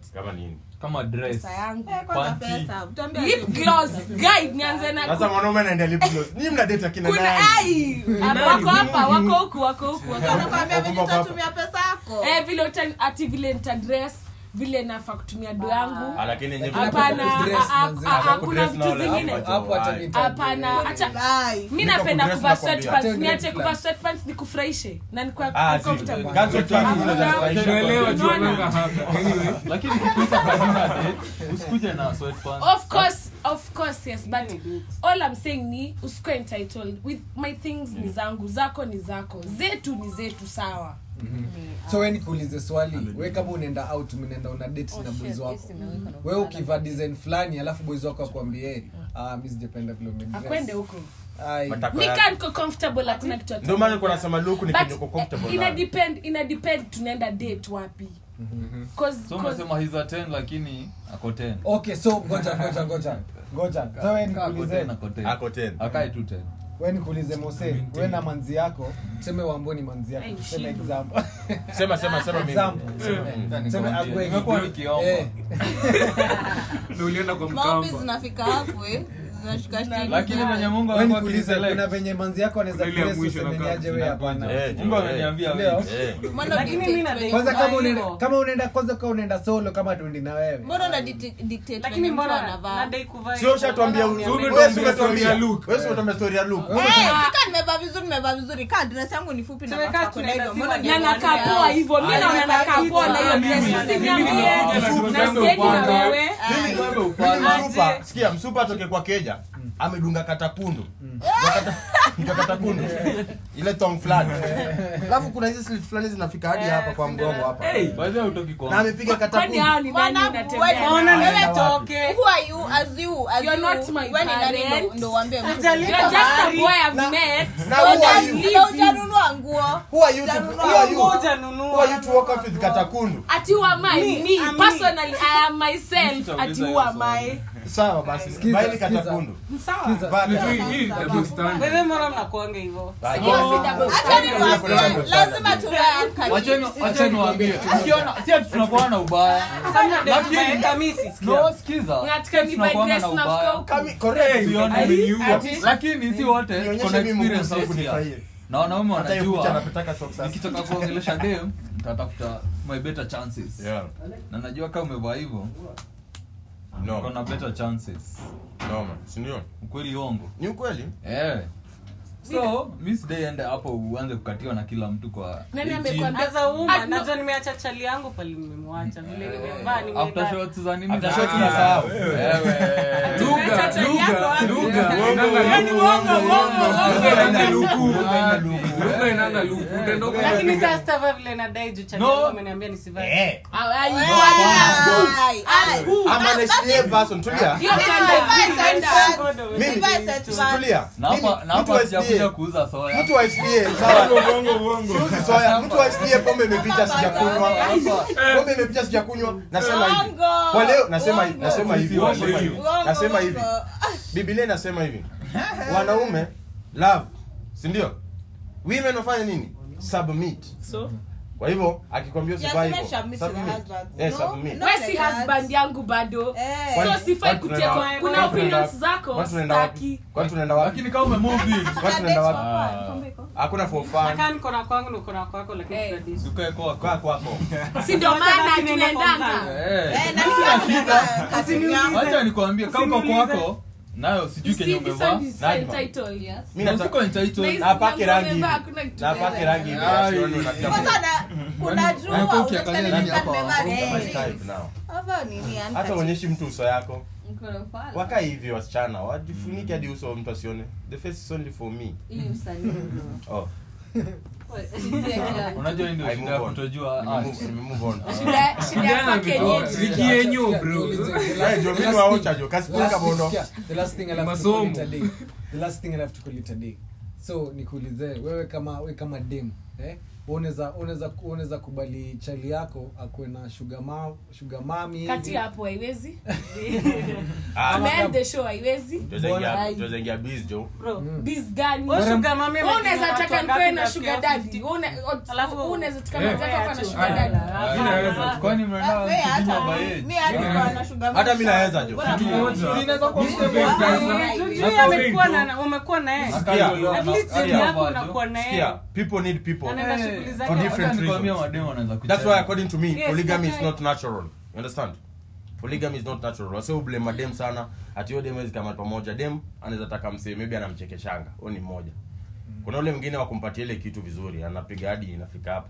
[SPEAKER 3] kama dress
[SPEAKER 10] pesa yangu
[SPEAKER 13] Eh,
[SPEAKER 3] Panty.
[SPEAKER 10] lip gloss guide nianze na
[SPEAKER 2] Sasa mwanaume anaenda lip gloss. Nyinyi mnadate akina
[SPEAKER 10] kuna
[SPEAKER 2] nani?
[SPEAKER 10] ai wako hapa wako huku wako huku wako huku.
[SPEAKER 13] Utatumia pesa yako.
[SPEAKER 10] eh vile uta- ati vile nitadress vile nafaa kutumia do yangu
[SPEAKER 2] Ah, lakini nyinyi-
[SPEAKER 10] hapana
[SPEAKER 1] Kudress,
[SPEAKER 10] ah, ah,
[SPEAKER 1] manze.
[SPEAKER 10] ah, ah, kuna
[SPEAKER 2] Kudress na
[SPEAKER 10] vitu
[SPEAKER 2] wale
[SPEAKER 10] zingine
[SPEAKER 2] hapa.
[SPEAKER 1] Hapo acha
[SPEAKER 2] Ai.
[SPEAKER 1] nitaje.
[SPEAKER 10] hapana hacha
[SPEAKER 13] Bye.
[SPEAKER 10] mi
[SPEAKER 2] Niko
[SPEAKER 10] napenda
[SPEAKER 2] kudress
[SPEAKER 10] kuvaa
[SPEAKER 2] na kuambia.
[SPEAKER 10] sweatpants.
[SPEAKER 1] Tell
[SPEAKER 10] niache
[SPEAKER 1] me
[SPEAKER 10] kuvaa
[SPEAKER 1] plan.
[SPEAKER 10] sweatpants nikufurahishe na
[SPEAKER 2] Ah,
[SPEAKER 10] nikuwa
[SPEAKER 2] si.
[SPEAKER 10] comfortable.
[SPEAKER 2] Cancel plan,
[SPEAKER 10] Ah,
[SPEAKER 2] unaweza
[SPEAKER 10] ah,
[SPEAKER 2] furahisha.
[SPEAKER 6] Tunaelewa juu wananga hapa. Anyway,
[SPEAKER 3] lakini kikuita katika date usikuje na
[SPEAKER 2] Oh,
[SPEAKER 3] sweatpants
[SPEAKER 10] of course of course yes but all i'm saying ni usikuwa entitled with my things ni
[SPEAKER 2] Mm.
[SPEAKER 10] zangu zako ni zako zetu ni zetu sawa
[SPEAKER 1] so we nikuulize swali we kama unaenda out mnaenda una
[SPEAKER 13] Oh,
[SPEAKER 1] date
[SPEAKER 4] Oh,
[SPEAKER 1] na boys wako we ukivaa design fulani alafu boys wako akwambie ah, mi sijapenda vile umedress."
[SPEAKER 10] akwende huko
[SPEAKER 1] Ai.
[SPEAKER 2] Matako yake.
[SPEAKER 10] nika niko comfortable hakuna kitu ati-
[SPEAKER 2] Ndio maana nilikuwa nasema look ni
[SPEAKER 10] But,
[SPEAKER 2] kidogo comfortable
[SPEAKER 10] eh, ina
[SPEAKER 2] nayo.
[SPEAKER 10] depend ina depend tunaenda date wapi
[SPEAKER 2] Mm-hmm.
[SPEAKER 10] 'Cause-
[SPEAKER 3] so
[SPEAKER 10] 'cause-
[SPEAKER 3] unasema he's a 10 lakini ako 10
[SPEAKER 1] okay so ngoja ngoja ngoja ngoja so we nikuulize
[SPEAKER 3] ako 10 akae tu 10
[SPEAKER 1] we nikuulize mose we na manzi yako tuseme wambo ni manzi yako
[SPEAKER 3] Hey,
[SPEAKER 1] tuseme
[SPEAKER 3] shindo.
[SPEAKER 1] example
[SPEAKER 2] Sema, sema, sema mimi.
[SPEAKER 1] Example.
[SPEAKER 2] Mm.
[SPEAKER 1] Tuseme
[SPEAKER 2] Nimekuambia.
[SPEAKER 1] Agwe-
[SPEAKER 2] Nimekuwa nikiomba.
[SPEAKER 1] Eh.
[SPEAKER 6] Ndio ulienda kwa
[SPEAKER 13] maombi
[SPEAKER 6] mkamba
[SPEAKER 13] zinafika hapo eh, zinashuka chini.
[SPEAKER 1] We nikuulize, kuna venye manzi yako anaweza
[SPEAKER 3] Kuna ile ya
[SPEAKER 1] kupress
[SPEAKER 3] mwisho inakaa-
[SPEAKER 1] useme ni aje we hapana
[SPEAKER 3] Eh, Mungu ameniambia
[SPEAKER 1] Leo.
[SPEAKER 3] mimi. Eh.
[SPEAKER 13] Mbona
[SPEAKER 5] Lakini
[SPEAKER 13] dictate
[SPEAKER 5] mimi na
[SPEAKER 13] wewe?
[SPEAKER 1] kwanza kama unaenda kama unaenda kwanza kama unaenda solo kama tundi na wewe
[SPEAKER 13] mbona una dictate- dictate
[SPEAKER 5] lakini
[SPEAKER 13] venye mtu
[SPEAKER 5] mbona
[SPEAKER 13] anavaa?
[SPEAKER 5] nadai kuvaa
[SPEAKER 2] sio ushatuambia
[SPEAKER 5] Mbona
[SPEAKER 2] wewe
[SPEAKER 5] uniambia-
[SPEAKER 2] sio umetuambia wewe sio umetuambia story ya Luke
[SPEAKER 13] Eh, fika nimevaa vizuri nimevaa vizuri kaa dress yangu ni fupi na
[SPEAKER 5] Tumekaa
[SPEAKER 13] mafuta kuna
[SPEAKER 5] tunaenda
[SPEAKER 13] hivyo.
[SPEAKER 5] sima
[SPEAKER 13] Mbona
[SPEAKER 5] na
[SPEAKER 13] ni-
[SPEAKER 10] nakaa poa hivyo. Mi
[SPEAKER 13] Ah,
[SPEAKER 10] naona
[SPEAKER 13] nimevaa
[SPEAKER 10] nakaa
[SPEAKER 13] kitu.
[SPEAKER 10] poa na hiyo
[SPEAKER 13] Ah,
[SPEAKER 10] dress.
[SPEAKER 13] mimi-
[SPEAKER 10] Usiniambie.
[SPEAKER 13] mimi naona-
[SPEAKER 10] Mimi
[SPEAKER 13] Msupa.
[SPEAKER 10] naona- Siegi na wewe.
[SPEAKER 13] Ah.
[SPEAKER 2] Eh, Mimi msupa sikia msupa atoke kwa Kenya amedunga katapundu Ndio katapundu ile tong fulani alafu kuna hizi slip fulani zinafika hadi hapa kwa mgongo hapa
[SPEAKER 3] By the way, hutoki kwa
[SPEAKER 2] na amepiga
[SPEAKER 10] Kwani
[SPEAKER 2] katapundu
[SPEAKER 10] hao ni nani
[SPEAKER 13] Mwanangu,
[SPEAKER 10] unatembea
[SPEAKER 13] wewe-
[SPEAKER 10] nao?
[SPEAKER 13] wewe
[SPEAKER 2] Naenda wapi?
[SPEAKER 13] toke. Who are you as you as
[SPEAKER 10] You're
[SPEAKER 13] you?
[SPEAKER 10] not my
[SPEAKER 13] Wewe ni nani
[SPEAKER 10] parent.
[SPEAKER 13] ndo- ndo uambie mtu?
[SPEAKER 10] You're just a boy I've met.
[SPEAKER 2] na
[SPEAKER 13] Wewe
[SPEAKER 2] who are
[SPEAKER 13] huja-
[SPEAKER 2] you
[SPEAKER 13] wewe hujanunua nguo.
[SPEAKER 2] who are you to,
[SPEAKER 13] Hujanunua
[SPEAKER 2] who are you
[SPEAKER 13] nguo.
[SPEAKER 2] who are you to walk out with katapundu
[SPEAKER 10] Ati who am I?
[SPEAKER 13] Me,
[SPEAKER 10] Me,
[SPEAKER 13] I'm me.
[SPEAKER 10] personally, I am myself. Ati who am I?
[SPEAKER 2] sawa basi
[SPEAKER 1] Sikiza,
[SPEAKER 2] baili
[SPEAKER 1] sikiza.
[SPEAKER 2] katapundu
[SPEAKER 5] Sawa. Wewe mbona mnakuanga hivyo?
[SPEAKER 13] Acha niwaambie, lazima tuvae
[SPEAKER 3] Wacheni-
[SPEAKER 13] khaki.
[SPEAKER 3] wacheni waambie. Ukiona- si ati tunakuwa na ubaya Lakini- No, sikiza.
[SPEAKER 10] Unataka
[SPEAKER 3] Si
[SPEAKER 10] mi
[SPEAKER 3] tunakuanga
[SPEAKER 10] by dress
[SPEAKER 3] na
[SPEAKER 10] na
[SPEAKER 3] ubaya.
[SPEAKER 10] fuka huku.
[SPEAKER 2] Kami- correct.
[SPEAKER 3] Sioni-
[SPEAKER 2] Umeniua.
[SPEAKER 3] Ati- lakini si wote
[SPEAKER 2] Nionyeshe
[SPEAKER 3] kuna
[SPEAKER 2] mimi
[SPEAKER 3] experience
[SPEAKER 2] Mungu
[SPEAKER 3] pia.
[SPEAKER 2] nifurahie.
[SPEAKER 3] na wanaume
[SPEAKER 2] Hata hiyo picha
[SPEAKER 3] wanajua
[SPEAKER 2] anapitaka socks sasa.
[SPEAKER 3] nikitaka kuongelesha dem nitatafuta my better chances
[SPEAKER 2] Yeah.
[SPEAKER 3] na najua kama umevaa hivyo
[SPEAKER 2] No.
[SPEAKER 3] uko na better chances
[SPEAKER 2] No, man. Si ndio?
[SPEAKER 3] ukweli ongo
[SPEAKER 2] ni ukweli
[SPEAKER 3] eh so mi sidai ende hapo uanze kukatiwa na kila mtu kwa
[SPEAKER 10] Nani
[SPEAKER 3] 18.
[SPEAKER 10] amekwambia?
[SPEAKER 5] As a woman,
[SPEAKER 10] Ah, no.
[SPEAKER 5] najua nimeacha chali yangu pale nimemwacha vile nimevaa
[SPEAKER 3] after
[SPEAKER 5] nimeenda.
[SPEAKER 3] shots za nini
[SPEAKER 2] After
[SPEAKER 3] za-
[SPEAKER 2] shots
[SPEAKER 3] Ah,
[SPEAKER 2] unasahau.
[SPEAKER 3] wewe.
[SPEAKER 10] Acha chali yako hapo.
[SPEAKER 5] Lakini sasa sitavaa vile nadai juu chali yangu ameniambia nisivae.
[SPEAKER 2] Eh.
[SPEAKER 10] Ah, ah, you-
[SPEAKER 13] Ai, ai.
[SPEAKER 2] I'm an HDA person, tulia.
[SPEAKER 10] Hiyo kanda.
[SPEAKER 13] Sivae set back.
[SPEAKER 5] Godo.
[SPEAKER 13] Sivae set back.
[SPEAKER 2] Tulia.
[SPEAKER 3] na hapa na
[SPEAKER 2] Mimi- mtu
[SPEAKER 3] hapa
[SPEAKER 2] wa
[SPEAKER 3] sijakuja
[SPEAKER 2] SDA.
[SPEAKER 3] kuuza soya
[SPEAKER 2] Mtu wa SDA, sawa.
[SPEAKER 12] uongo uongo
[SPEAKER 2] Siuzi soya. Mtu wa SDA pombe imepita sijakunywa.
[SPEAKER 3] Hapa-
[SPEAKER 2] Pombe imepita sijakunywa. Nasema hivi.
[SPEAKER 13] Uongo.
[SPEAKER 2] Kwa leo nasema hivi,
[SPEAKER 13] Uongo.
[SPEAKER 2] nasema hivi,
[SPEAKER 3] Uongo.
[SPEAKER 2] nasema hivi.
[SPEAKER 13] Uongo,
[SPEAKER 2] Nasema hivi.
[SPEAKER 13] uongo.
[SPEAKER 2] Biblia inasema hivi. Wanaume love, si ndio? Women wafanye nini? Submit.
[SPEAKER 10] So?
[SPEAKER 2] Kwa hivyo akikwambia
[SPEAKER 13] Yeah,
[SPEAKER 2] usifanye
[SPEAKER 13] women
[SPEAKER 2] hivyo.
[SPEAKER 13] submit to their husbands.
[SPEAKER 2] Eh,
[SPEAKER 13] No,
[SPEAKER 2] submit.
[SPEAKER 13] no.
[SPEAKER 10] Wewe si husband yangu bado
[SPEAKER 13] Eh.
[SPEAKER 2] Kwani-
[SPEAKER 10] so sifai
[SPEAKER 2] kwani tunaenda
[SPEAKER 10] kutekwa
[SPEAKER 2] wapi?
[SPEAKER 10] kuna
[SPEAKER 2] Kwani tunaenda
[SPEAKER 10] opinions
[SPEAKER 2] wapi?
[SPEAKER 10] zako
[SPEAKER 2] Kwani tunaenda wapi?
[SPEAKER 10] staki
[SPEAKER 2] Kwani tunaenda wapi?
[SPEAKER 3] lakini kama umemove hivi,
[SPEAKER 2] Kwani tunaenda wapi?
[SPEAKER 13] Ah. Kombe iko.
[SPEAKER 2] Hakuna for fun.
[SPEAKER 5] Nakaa niko na kwangu na uko na kwako lakini tunadishi.
[SPEAKER 3] ukae kwako
[SPEAKER 2] Kaa kwako.
[SPEAKER 10] si ndio maana
[SPEAKER 5] basi niende kwa
[SPEAKER 10] tunaendanga
[SPEAKER 5] mzee.
[SPEAKER 3] Eh.
[SPEAKER 13] Eh, na mimi nimevaa khaki yangu.
[SPEAKER 3] wacha nikwambie kama uko
[SPEAKER 5] Usiniulize.
[SPEAKER 3] kwako nayo sijui kenye umevaa
[SPEAKER 2] Mimi nataka-
[SPEAKER 3] Usiko entitled.
[SPEAKER 2] Na apake rangi hivi. Na apake
[SPEAKER 10] rangi
[SPEAKER 2] rangi hivi. Asione unapia
[SPEAKER 13] Kwanza na- unajua,
[SPEAKER 3] Yaani,
[SPEAKER 13] unajua
[SPEAKER 3] ukiangalia
[SPEAKER 13] nimevaa
[SPEAKER 3] nani hapa,
[SPEAKER 13] nini.
[SPEAKER 2] kama hii type now.
[SPEAKER 13] Hapa nini, yani
[SPEAKER 2] Hata
[SPEAKER 13] khaki.
[SPEAKER 2] uonyeshi mtu uso yako.
[SPEAKER 7] Mkono pala.
[SPEAKER 2] Waka hivi wasichana, wajifunike hadi uso mtu asione. The face is only for me.
[SPEAKER 7] Ili usanii ndio.
[SPEAKER 2] Oh,
[SPEAKER 7] Sisi ya kila mtu.
[SPEAKER 3] unajua hii ndio
[SPEAKER 2] I
[SPEAKER 3] shida
[SPEAKER 2] move
[SPEAKER 3] ya
[SPEAKER 2] on.
[SPEAKER 3] kutojua
[SPEAKER 2] Nime-
[SPEAKER 3] art.
[SPEAKER 2] nimemove on.
[SPEAKER 10] Ah.
[SPEAKER 2] Eh,
[SPEAKER 1] The
[SPEAKER 2] ndio mimi
[SPEAKER 1] last
[SPEAKER 2] waocha
[SPEAKER 1] thing-
[SPEAKER 2] jo.
[SPEAKER 1] the last
[SPEAKER 2] Kasikia
[SPEAKER 1] thing-
[SPEAKER 2] bondo.
[SPEAKER 1] sikia, the last thing I love to
[SPEAKER 6] Masomo.
[SPEAKER 1] call it a day. The last thing I love to call it a day. so nikuulize wewe kama we kama dem eh? unaweza unaweza unaweza kubali chali yako akuwe na sugar ma- sugar mami hivi?
[SPEAKER 10] kati hapo haiwezi
[SPEAKER 2] Ah,
[SPEAKER 10] ameend the show haiwezi
[SPEAKER 2] Joza ingia- Joza ingia biz jo.
[SPEAKER 5] Bro.
[SPEAKER 10] biz gani
[SPEAKER 5] Wewe
[SPEAKER 10] Mm. Wewe
[SPEAKER 5] sugar mami
[SPEAKER 10] unaweza
[SPEAKER 5] amefanya
[SPEAKER 10] taka
[SPEAKER 5] watu
[SPEAKER 10] nikoe na
[SPEAKER 5] wangapi
[SPEAKER 10] sugar
[SPEAKER 5] na
[SPEAKER 10] daddy
[SPEAKER 5] fifty?
[SPEAKER 10] Wewe una- o-
[SPEAKER 5] Alafu-
[SPEAKER 10] wewe unaweza taka
[SPEAKER 6] Eh.
[SPEAKER 10] mwenzako ako na sugar
[SPEAKER 6] Haya.
[SPEAKER 10] daddy
[SPEAKER 6] Hapana.
[SPEAKER 3] Kwani
[SPEAKER 13] Ah,
[SPEAKER 3] mnaenda
[SPEAKER 13] wewe hata-
[SPEAKER 3] kijijini wa Bayeji?
[SPEAKER 13] mi hata niko na sugar
[SPEAKER 2] Hata mimi
[SPEAKER 13] mama.
[SPEAKER 2] naweza jo.
[SPEAKER 13] Bora
[SPEAKER 3] Si inaweza kuwa mstable.
[SPEAKER 13] Bora.
[SPEAKER 5] Juu amekuwa na umekuwa na yeye. At least
[SPEAKER 3] Sikia.
[SPEAKER 5] chali yako unakuwa na
[SPEAKER 2] Sikia,
[SPEAKER 5] yeye.
[SPEAKER 2] people need
[SPEAKER 3] Eh,
[SPEAKER 2] people.
[SPEAKER 5] Anaenda shughuli
[SPEAKER 2] For
[SPEAKER 5] zake.
[SPEAKER 2] different
[SPEAKER 3] Hata nikwambia
[SPEAKER 2] reasons.
[SPEAKER 3] mademu wanaweza
[SPEAKER 2] That's why
[SPEAKER 3] kucheza.
[SPEAKER 2] according to me,
[SPEAKER 5] Yes,
[SPEAKER 2] polygamy is
[SPEAKER 5] that's
[SPEAKER 2] not natural. You understand? Polygamy is not natural. Wase blame madem sana. Ati hiyo dem hawezi kaa mahali pamoja. Dem anaweza taka msee maybe anamchekeshanga. Huyo ni mmoja. Kuna ule mwingine wa kumpatia ile kitu vizuri, anapiga hadi inafika hapa.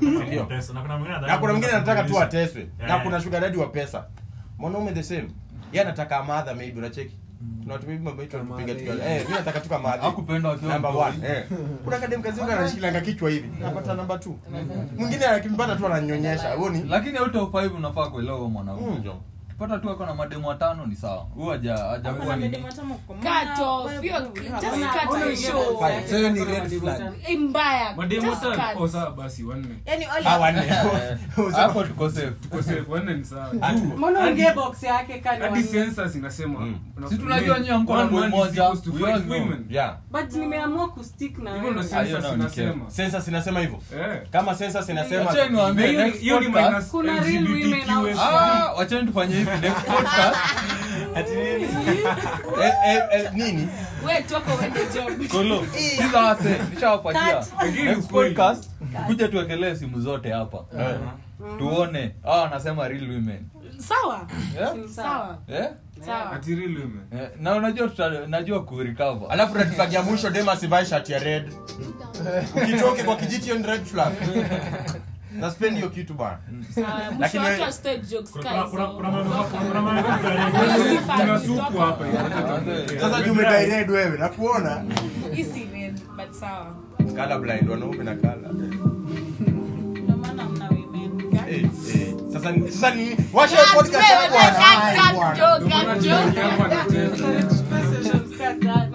[SPEAKER 2] Ndio. Na kuna mwingine anataka tu ateswe. Na
[SPEAKER 9] Yeah.
[SPEAKER 2] kuna sugar daddy wa pesa. Mwanaume the same. Yeye anataka madha maybe unacheki. Kuna watu maybe mabaya tu
[SPEAKER 1] Kama
[SPEAKER 2] kupiga tu.
[SPEAKER 1] madha.
[SPEAKER 2] Eh, mimi nataka tu kama madha.
[SPEAKER 3] Hakupendwa akiwa
[SPEAKER 2] Number
[SPEAKER 3] mtoi.
[SPEAKER 2] 1. Eh. Kuna kadem kazi yake anashikilanga kichwa hivi. Napata number 2. Mwingine akimpata tu ananyonyesha. Huo ni
[SPEAKER 3] lakini out of five unafaa kuelewa huyo mwanaume
[SPEAKER 2] Mm.
[SPEAKER 3] akipata tu ako na mademu watano ni sawa huu haja- hajakuwa nini
[SPEAKER 10] Cut off, hiyo just cut
[SPEAKER 6] Ona
[SPEAKER 10] and
[SPEAKER 6] ingia
[SPEAKER 10] show.
[SPEAKER 6] kwa five.
[SPEAKER 1] So hiyo ni red flag.
[SPEAKER 10] Eh, mbaya
[SPEAKER 6] mademu
[SPEAKER 10] just
[SPEAKER 6] watano?
[SPEAKER 10] cut.
[SPEAKER 6] Oh, sawa basi wanne
[SPEAKER 10] Yaani all-
[SPEAKER 6] Ah, wanne.
[SPEAKER 3] Eh, hapo tuko safe
[SPEAKER 6] Tuko safe, wanne ni sawa
[SPEAKER 2] Ah,
[SPEAKER 5] mbona ongee box yake kani
[SPEAKER 6] hadi
[SPEAKER 5] wanne?
[SPEAKER 6] sensors inasema una-
[SPEAKER 3] Si tunajua nyinyi hamkuwa na
[SPEAKER 6] One man is
[SPEAKER 3] mmoja.
[SPEAKER 6] equals to
[SPEAKER 3] We
[SPEAKER 6] five
[SPEAKER 3] all know.
[SPEAKER 6] women.
[SPEAKER 2] yeah
[SPEAKER 5] but nimeamua kustick na
[SPEAKER 6] Hivyo ndo
[SPEAKER 5] wewe.
[SPEAKER 6] sensors
[SPEAKER 3] hiyo nao ni
[SPEAKER 6] inasema.
[SPEAKER 2] sensa sinasema hivyo
[SPEAKER 6] Eh.
[SPEAKER 2] kama sensa sinasema
[SPEAKER 3] Acheni niwaambie,
[SPEAKER 6] Na hiyo ni-
[SPEAKER 3] next
[SPEAKER 6] hiyo ni
[SPEAKER 3] podcast-
[SPEAKER 6] minus
[SPEAKER 5] Kuna real women
[SPEAKER 6] LGBTQ
[SPEAKER 5] out
[SPEAKER 3] Ah, wacheni tufanye hivi next podcast
[SPEAKER 2] eh, eh, eh, nini
[SPEAKER 10] We, toka uende job.
[SPEAKER 3] Kolo, sasa wase, nishawapatia.
[SPEAKER 6] Lakini
[SPEAKER 3] Next
[SPEAKER 6] ukweli.
[SPEAKER 3] podcast, kuja tuwekelee simu zote hapa
[SPEAKER 2] Eh.
[SPEAKER 3] tuone ah, wanasema real women
[SPEAKER 10] Sawa,
[SPEAKER 3] yeah?
[SPEAKER 10] sawa,
[SPEAKER 3] Yeah?
[SPEAKER 10] sawa.
[SPEAKER 6] Ati real women.
[SPEAKER 3] Eh, na unajua tuta, najua kurecover
[SPEAKER 2] alafu red flag ya mwisho dem asivae shati ya red ukitoke kwa kijiti hiyo ni red flag na spend hiyo kitu bana
[SPEAKER 10] Sawa, mwisho
[SPEAKER 2] Lakini
[SPEAKER 10] wake
[SPEAKER 2] we-
[SPEAKER 10] wa stage jokes,
[SPEAKER 9] Kuna-
[SPEAKER 10] guys.
[SPEAKER 9] kuna- kuna mambo hapo, kuna mambo hapo ya refu.
[SPEAKER 10] Yes,
[SPEAKER 6] Kuna
[SPEAKER 10] fine.
[SPEAKER 6] supu hapa hivi.
[SPEAKER 2] sasa jumedai red wewe nakuona
[SPEAKER 10] Hii si red, but sawa.
[SPEAKER 2] kala blind wanaume na kala
[SPEAKER 4] Ndio maana mna women.
[SPEAKER 2] Eh, eh. sasa ni- sasa ni washa
[SPEAKER 10] Cut,
[SPEAKER 2] podcast
[SPEAKER 10] wewe,
[SPEAKER 2] yako
[SPEAKER 10] cut,
[SPEAKER 2] arai
[SPEAKER 10] cut
[SPEAKER 2] bwana
[SPEAKER 10] joke, cut
[SPEAKER 6] Ndio maana
[SPEAKER 10] joke.
[SPEAKER 6] tunajua hapa na tena.
[SPEAKER 5] Sessions kadhaa.